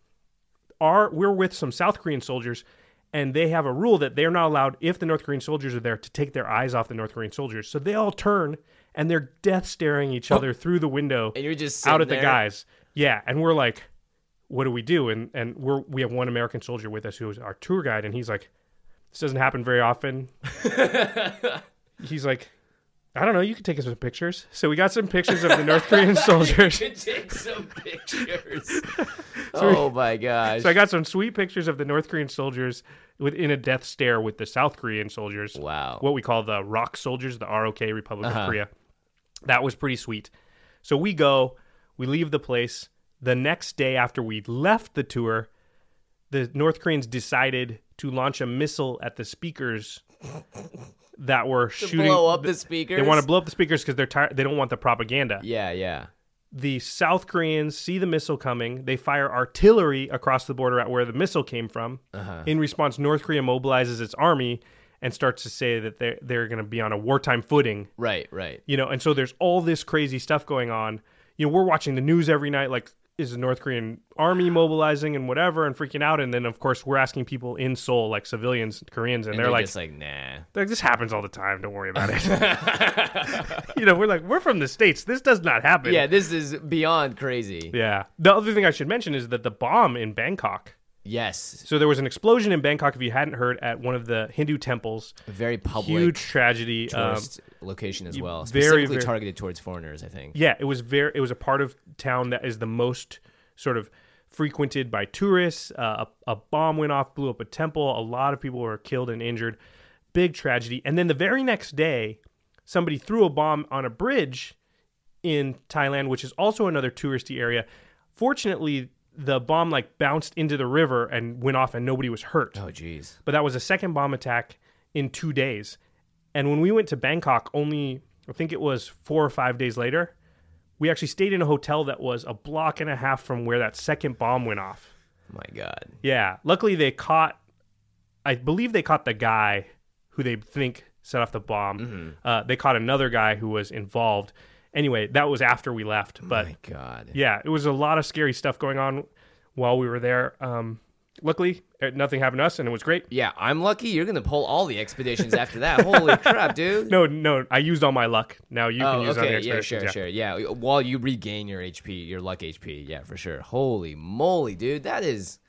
Speaker 2: Our, we're with some South Korean soldiers, and they have a rule that they're not allowed, if the North Korean soldiers are there, to take their eyes off the North Korean soldiers. So they all turn and they're death staring each other through the window
Speaker 1: And you're just
Speaker 2: out
Speaker 1: sitting
Speaker 2: at the
Speaker 1: there?
Speaker 2: guys. Yeah, and we're like, what do we do? And and we're we have one American soldier with us who is our tour guide, and he's like, this doesn't happen very often. he's like, I don't know, you could take us some pictures. So we got some pictures of the North Korean soldiers.
Speaker 1: take some pictures. oh my gosh.
Speaker 2: So I got some sweet pictures of the North Korean soldiers with in a death stare with the South Korean soldiers.
Speaker 1: Wow.
Speaker 2: What we call the ROK soldiers, the ROK Republic of Korea. That was pretty sweet. So we go, we leave the place. The next day after we left the tour, the North Koreans decided to launch a missile at the speakers that were shooting
Speaker 1: blow up the speakers.
Speaker 2: They want to blow up the speakers because they're tired. They don't want the propaganda
Speaker 1: Yeah, yeah.
Speaker 2: the South Koreans see the missile coming. They fire artillery across the border at where the missile came from. In response, North Korea mobilizes its army and starts to say that they're, they're going to be on a wartime footing.
Speaker 1: Right, right.
Speaker 2: You know, and so there's all this crazy stuff going on. You know, we're watching the news every night, like, is the North Korean army mobilizing and whatever and freaking out? And then, of course, we're asking people in Seoul, like civilians, Koreans, and,
Speaker 1: And
Speaker 2: they're like,
Speaker 1: just like, nah.
Speaker 2: they're like, this happens all the time. Don't worry about it. you know, we're like, we're from the States. This does not happen.
Speaker 1: Yeah, this is beyond crazy.
Speaker 2: Yeah. The other thing I should mention is that the bomb in Bangkok.
Speaker 1: Yes.
Speaker 2: So there was an explosion in Bangkok, if you hadn't heard, at one of the Hindu temples.
Speaker 1: A very public
Speaker 2: Huge tragedy. Um,
Speaker 1: tourist location as well.
Speaker 2: very,
Speaker 1: Specifically
Speaker 2: very-
Speaker 1: targeted towards foreigners, I think.
Speaker 2: yeah, it was very. It was a part of town that is the most sort of frequented by tourists. Uh, a, a bomb went off, blew up a temple. A lot of people were killed and injured. Big tragedy. And then the very next day, somebody threw a bomb on a bridge in Thailand, which is also another touristy area. Fortunately, the bomb like bounced into the river and went off, and nobody was hurt.
Speaker 1: Oh, jeez.
Speaker 2: But that was a second bomb attack in two days. And when we went to Bangkok, only I think it was four or five days later, we actually stayed in a hotel that was a block and a half from where that second bomb went off.
Speaker 1: My God.
Speaker 2: Yeah. Luckily, they caught, I believe they caught the guy who they think set off the bomb. Uh, they caught another guy who was involved. Anyway, that was after we left. But
Speaker 1: My God.
Speaker 2: yeah, it was a lot of scary stuff going on while we were there. Um, luckily, eh, nothing happened to us and it was great.
Speaker 1: Yeah, I'm lucky you're going to pull all the expeditions after that. Holy crap, dude.
Speaker 2: No, no, I used all my luck. Now you can
Speaker 1: Oh,
Speaker 2: use all the
Speaker 1: okay. Yeah,
Speaker 2: expeditions.
Speaker 1: sure, sure. Yeah, while you regain your HP, your luck HP. Yeah, for sure. Holy moly, dude. That is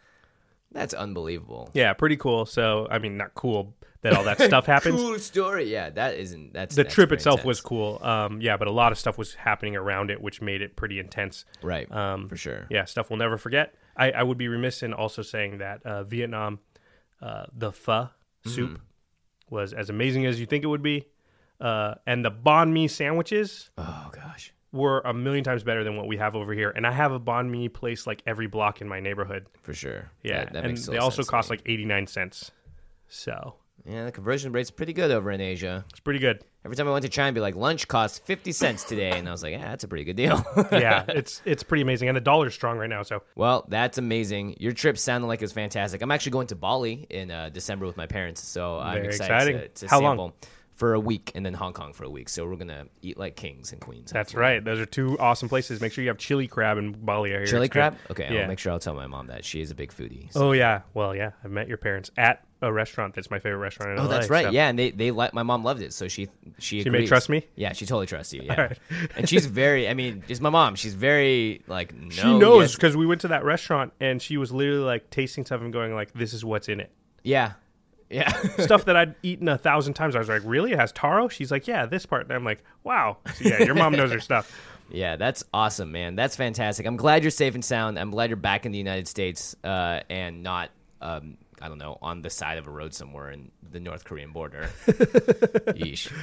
Speaker 1: That's unbelievable.
Speaker 2: Yeah, pretty cool. So, I mean, not cool that all that stuff happens.
Speaker 1: Cool story. Yeah, that isn't. That's
Speaker 2: The
Speaker 1: that's
Speaker 2: trip
Speaker 1: pretty
Speaker 2: itself was
Speaker 1: intense.
Speaker 2: cool. Um, yeah, but a lot of stuff was happening around it, which made it pretty intense.
Speaker 1: right
Speaker 2: Um,
Speaker 1: for sure.
Speaker 2: Yeah, stuff we'll never forget. I, I would be remiss in also saying that uh, Vietnam, uh, the pho
Speaker 1: Mm.
Speaker 2: soup was as amazing as you think it would be. Uh, and the banh mi sandwiches
Speaker 1: Oh gosh.
Speaker 2: were a million times better than what we have over here. And I have a banh mi place like every block in my neighborhood.
Speaker 1: For sure.
Speaker 2: Yeah,
Speaker 1: That, that
Speaker 2: and
Speaker 1: makes
Speaker 2: they also cost
Speaker 1: cost
Speaker 2: like 89 cents. So
Speaker 1: Yeah, the conversion rate's pretty good over in Asia.
Speaker 2: it's pretty good.
Speaker 1: Every time I went to China, I'd be like, lunch costs 50 cents today. And I was like, yeah, that's a pretty good deal.
Speaker 2: Yeah, it's it's pretty amazing. And the dollar's strong right now. So
Speaker 1: well, that's amazing. Your trip sounded like it was fantastic. I'm actually going to Bali in uh, December with my parents. So I'm
Speaker 2: Very
Speaker 1: excited
Speaker 2: exciting.
Speaker 1: to, to
Speaker 2: How long?
Speaker 1: sample for a week and then Hong Kong for a week. So we're going to eat like kings and queens.
Speaker 2: that's right. Those are two awesome places. Make sure you have chili crab in Bali. I hear
Speaker 1: Chili
Speaker 2: it's good.
Speaker 1: crab? Okay,
Speaker 2: Yeah.
Speaker 1: I'll make sure I'll tell my mom that. She is a big foodie. So-
Speaker 2: Oh yeah, well yeah, I met your parents at a restaurant. That's my favorite restaurant in
Speaker 1: Oh,
Speaker 2: LA.
Speaker 1: that's right.
Speaker 2: so-
Speaker 1: Yeah, and they they let my mom loved it, so she she
Speaker 2: She may
Speaker 1: agrees.
Speaker 2: trust me?
Speaker 1: Yeah, she totally trusts you. Yeah, and she's very. I mean, just my mom. She's very like no,
Speaker 2: she knows
Speaker 1: yes-
Speaker 2: because we went to that restaurant and she was literally like tasting stuff and going like, "This is what's in it."
Speaker 1: Yeah, yeah.
Speaker 2: Stuff that I'd eaten a thousand times. I was like, "Really? It has taro?" She's like, "Yeah, this part." And I'm like, "Wow." So, yeah, your mom knows her stuff.
Speaker 1: Yeah, that's awesome, man. That's fantastic. I'm glad you're safe and sound. I'm glad you're back in the United States uh, and not, um, I don't know, on the side of a road somewhere in the North Korean border. Yeesh.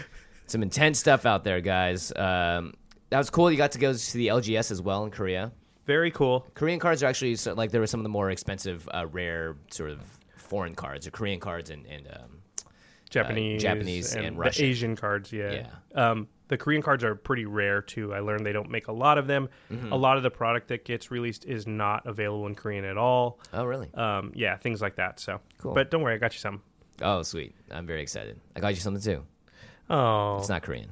Speaker 1: Some intense stuff out there, guys. Um, that was cool. You got to go to the LGS as well in Korea.
Speaker 2: Very cool.
Speaker 1: Korean cards are actually so, like there were some of the more expensive, uh, rare sort of foreign cards, or Korean cards, and, and um,
Speaker 2: Japanese,
Speaker 1: Japanese and Russian.
Speaker 2: The Asian cards, yeah. Um, the Korean cards are pretty rare too. I learned they don't make a lot of them.
Speaker 1: Mm-hmm.
Speaker 2: A lot of the product that gets released is not available in Korean at all.
Speaker 1: oh really?
Speaker 2: um, yeah, things like that. So,
Speaker 1: Cool.
Speaker 2: but don't worry, I got you some.
Speaker 1: oh sweet! I'm very excited. I got you something too.
Speaker 2: Oh,
Speaker 1: It's not Korean.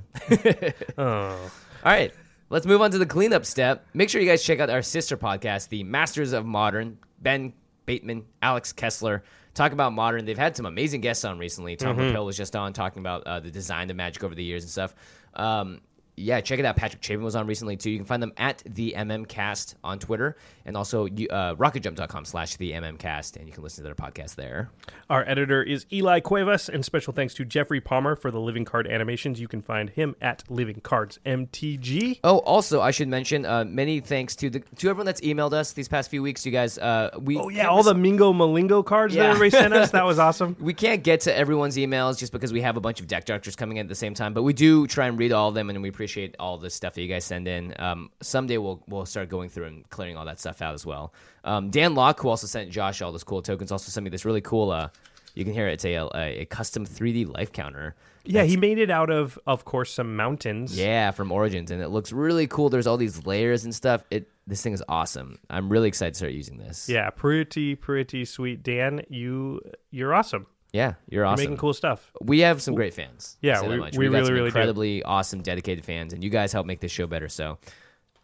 Speaker 1: All right. Let's move on to the cleanup step. Make sure you guys check out our sister podcast, the Masters of Modern. Ben Bateman, Alex Kessler talk about modern. They've had some amazing guests on recently. Tom Rappel was just on talking about uh, the design of Magic over the years and stuff. Um, yeah, check it out. Patrick Chapin was on recently too. You can find them at the MMCast on Twitter and also you- uh, rocketjump.com slash the MMCast, and you can listen to their podcast there.
Speaker 2: our editor is Eli Cuevas, and special thanks to Jeffrey Palmer for the Living Card animations. You can find him at Living Cards MTG.
Speaker 1: Oh, also, I should mention uh, many thanks to the to everyone that's emailed us these past few weeks. You guys, uh, we
Speaker 2: Oh yeah, all the Mingo Malingo cards that
Speaker 1: Yeah.
Speaker 2: everybody sent us. That was awesome.
Speaker 1: we can't get to everyone's emails just because we have a bunch of deck doctors coming in at the same time, but we do try and read all of them, and we appreciate all the stuff that you guys send in. Um, someday we'll we'll start going through and clearing all that stuff out as well. Um, Dan Locke, who also sent Josh all those cool tokens, also sent me this really cool. Uh, you can hear it. It's a, a, a custom 3D life counter.
Speaker 2: Yeah, he made it out of, of course, some mountains.
Speaker 1: Yeah, from Origins, and it looks really cool. There's all these layers and stuff. It this thing is awesome. I'm really excited to start using this.
Speaker 2: Yeah, pretty, pretty sweet. Dan, you you're awesome.
Speaker 1: yeah, you're
Speaker 2: You're
Speaker 1: awesome.
Speaker 2: making cool stuff.
Speaker 1: we have some great fans.
Speaker 2: Yeah,
Speaker 1: Say that
Speaker 2: we-
Speaker 1: much.
Speaker 2: we
Speaker 1: We've got
Speaker 2: really,
Speaker 1: some
Speaker 2: really do.
Speaker 1: incredibly awesome, dedicated fans, and you guys help make this show better. So,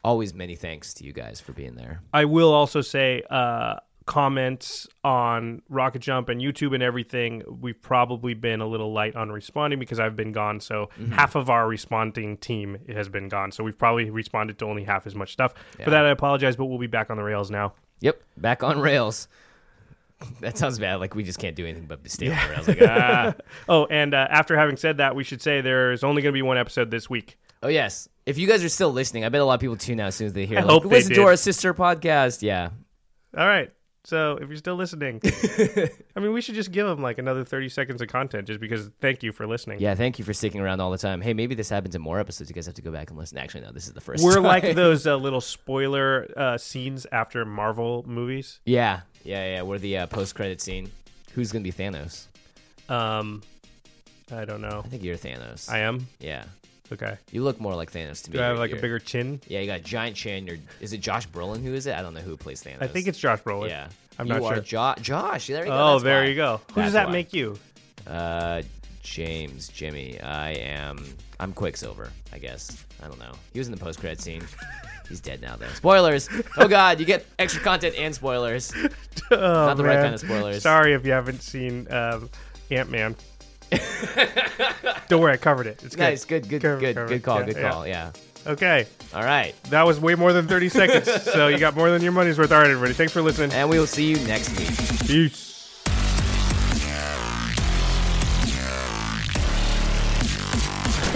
Speaker 1: always many thanks to you guys for being there.
Speaker 2: I will also say uh, comments on Rocket Jump and YouTube and everything. We've probably been a little light on responding because I've been gone. So half of our responding team has been gone. So we've probably responded to only half as much stuff. For that, I apologize, but we'll be back on the rails now.
Speaker 1: Yep, back on rails. That sounds bad. Like we just can't do anything but stay on the rails. Like, ah.
Speaker 2: Oh, and uh, after having said that, we should say there is only going to be one episode this week.
Speaker 1: oh yes, if you guys are still listening, I bet a lot of people tune out as soon as they hear. like,
Speaker 2: hope they
Speaker 1: listen
Speaker 2: did.
Speaker 1: to our sister podcast. Yeah,
Speaker 2: All right. So if you're still listening, I mean, we should just give them like another 30 seconds of content just because thank you for listening.
Speaker 1: yeah. Thank you for sticking around all the time. Hey, maybe this happens in more episodes. You guys have to go back and listen. Actually, no, this is the first.
Speaker 2: We're
Speaker 1: time.
Speaker 2: like those uh, little spoiler uh, scenes after Marvel movies.
Speaker 1: yeah, yeah, yeah. We're the uh, post-credit scene. Who's gonna be Thanos?
Speaker 2: Um, I don't know.
Speaker 1: I think you're Thanos.
Speaker 2: I am
Speaker 1: yeah.
Speaker 2: okay.
Speaker 1: You look more like Thanos to me.
Speaker 2: Do I have
Speaker 1: You're-
Speaker 2: like a
Speaker 1: you're-
Speaker 2: bigger chin?
Speaker 1: Yeah, you got a giant chin. You're, is it Josh Brolin? Who is it? I don't know who plays Thanos.
Speaker 2: I think it's Josh Brolin.
Speaker 1: Yeah,
Speaker 2: I'm
Speaker 1: you
Speaker 2: not
Speaker 1: are
Speaker 2: sure.
Speaker 1: Jo- Josh, there you go.
Speaker 2: Oh,
Speaker 1: that's
Speaker 2: there
Speaker 1: why.
Speaker 2: you go. Who
Speaker 1: That's
Speaker 2: does that
Speaker 1: why.
Speaker 2: make you?
Speaker 1: Uh, James, Jimmy. I am. I'm Quicksilver. I guess. I don't know. He was in the post credit scene. He's dead now, though. Spoilers. Oh God, you get extra content and spoilers.
Speaker 2: Oh,
Speaker 1: Not the right
Speaker 2: man.
Speaker 1: kind of spoilers.
Speaker 2: Sorry if you haven't seen um, Ant Man. don't worry, I covered it. It's good.
Speaker 1: Nice. Good. Good.
Speaker 2: Cover-
Speaker 1: good.
Speaker 2: cover.
Speaker 1: Good call.
Speaker 2: Yeah,
Speaker 1: good
Speaker 2: yeah.
Speaker 1: call. Yeah.
Speaker 2: Okay.
Speaker 1: All right.
Speaker 2: That was way more than 30 seconds. so you got more than your money's worth. All right, everybody. Thanks for listening.
Speaker 1: And we will see you next week.
Speaker 2: Peace.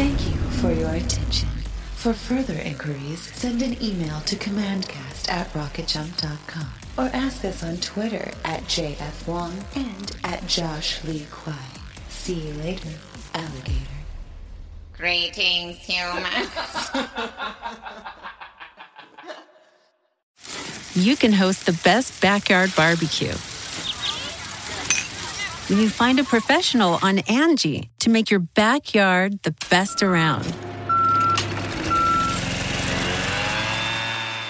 Speaker 3: Thank you for your attention. For further inquiries, send an email to commandcast at rocketjump.com or ask us on Twitter at JF Wong and at Josh Lee Kwai. See you later, alligator.
Speaker 4: Greetings, humans.
Speaker 5: you can host the best backyard barbecue. When you find a professional on Angie to make your backyard the best around.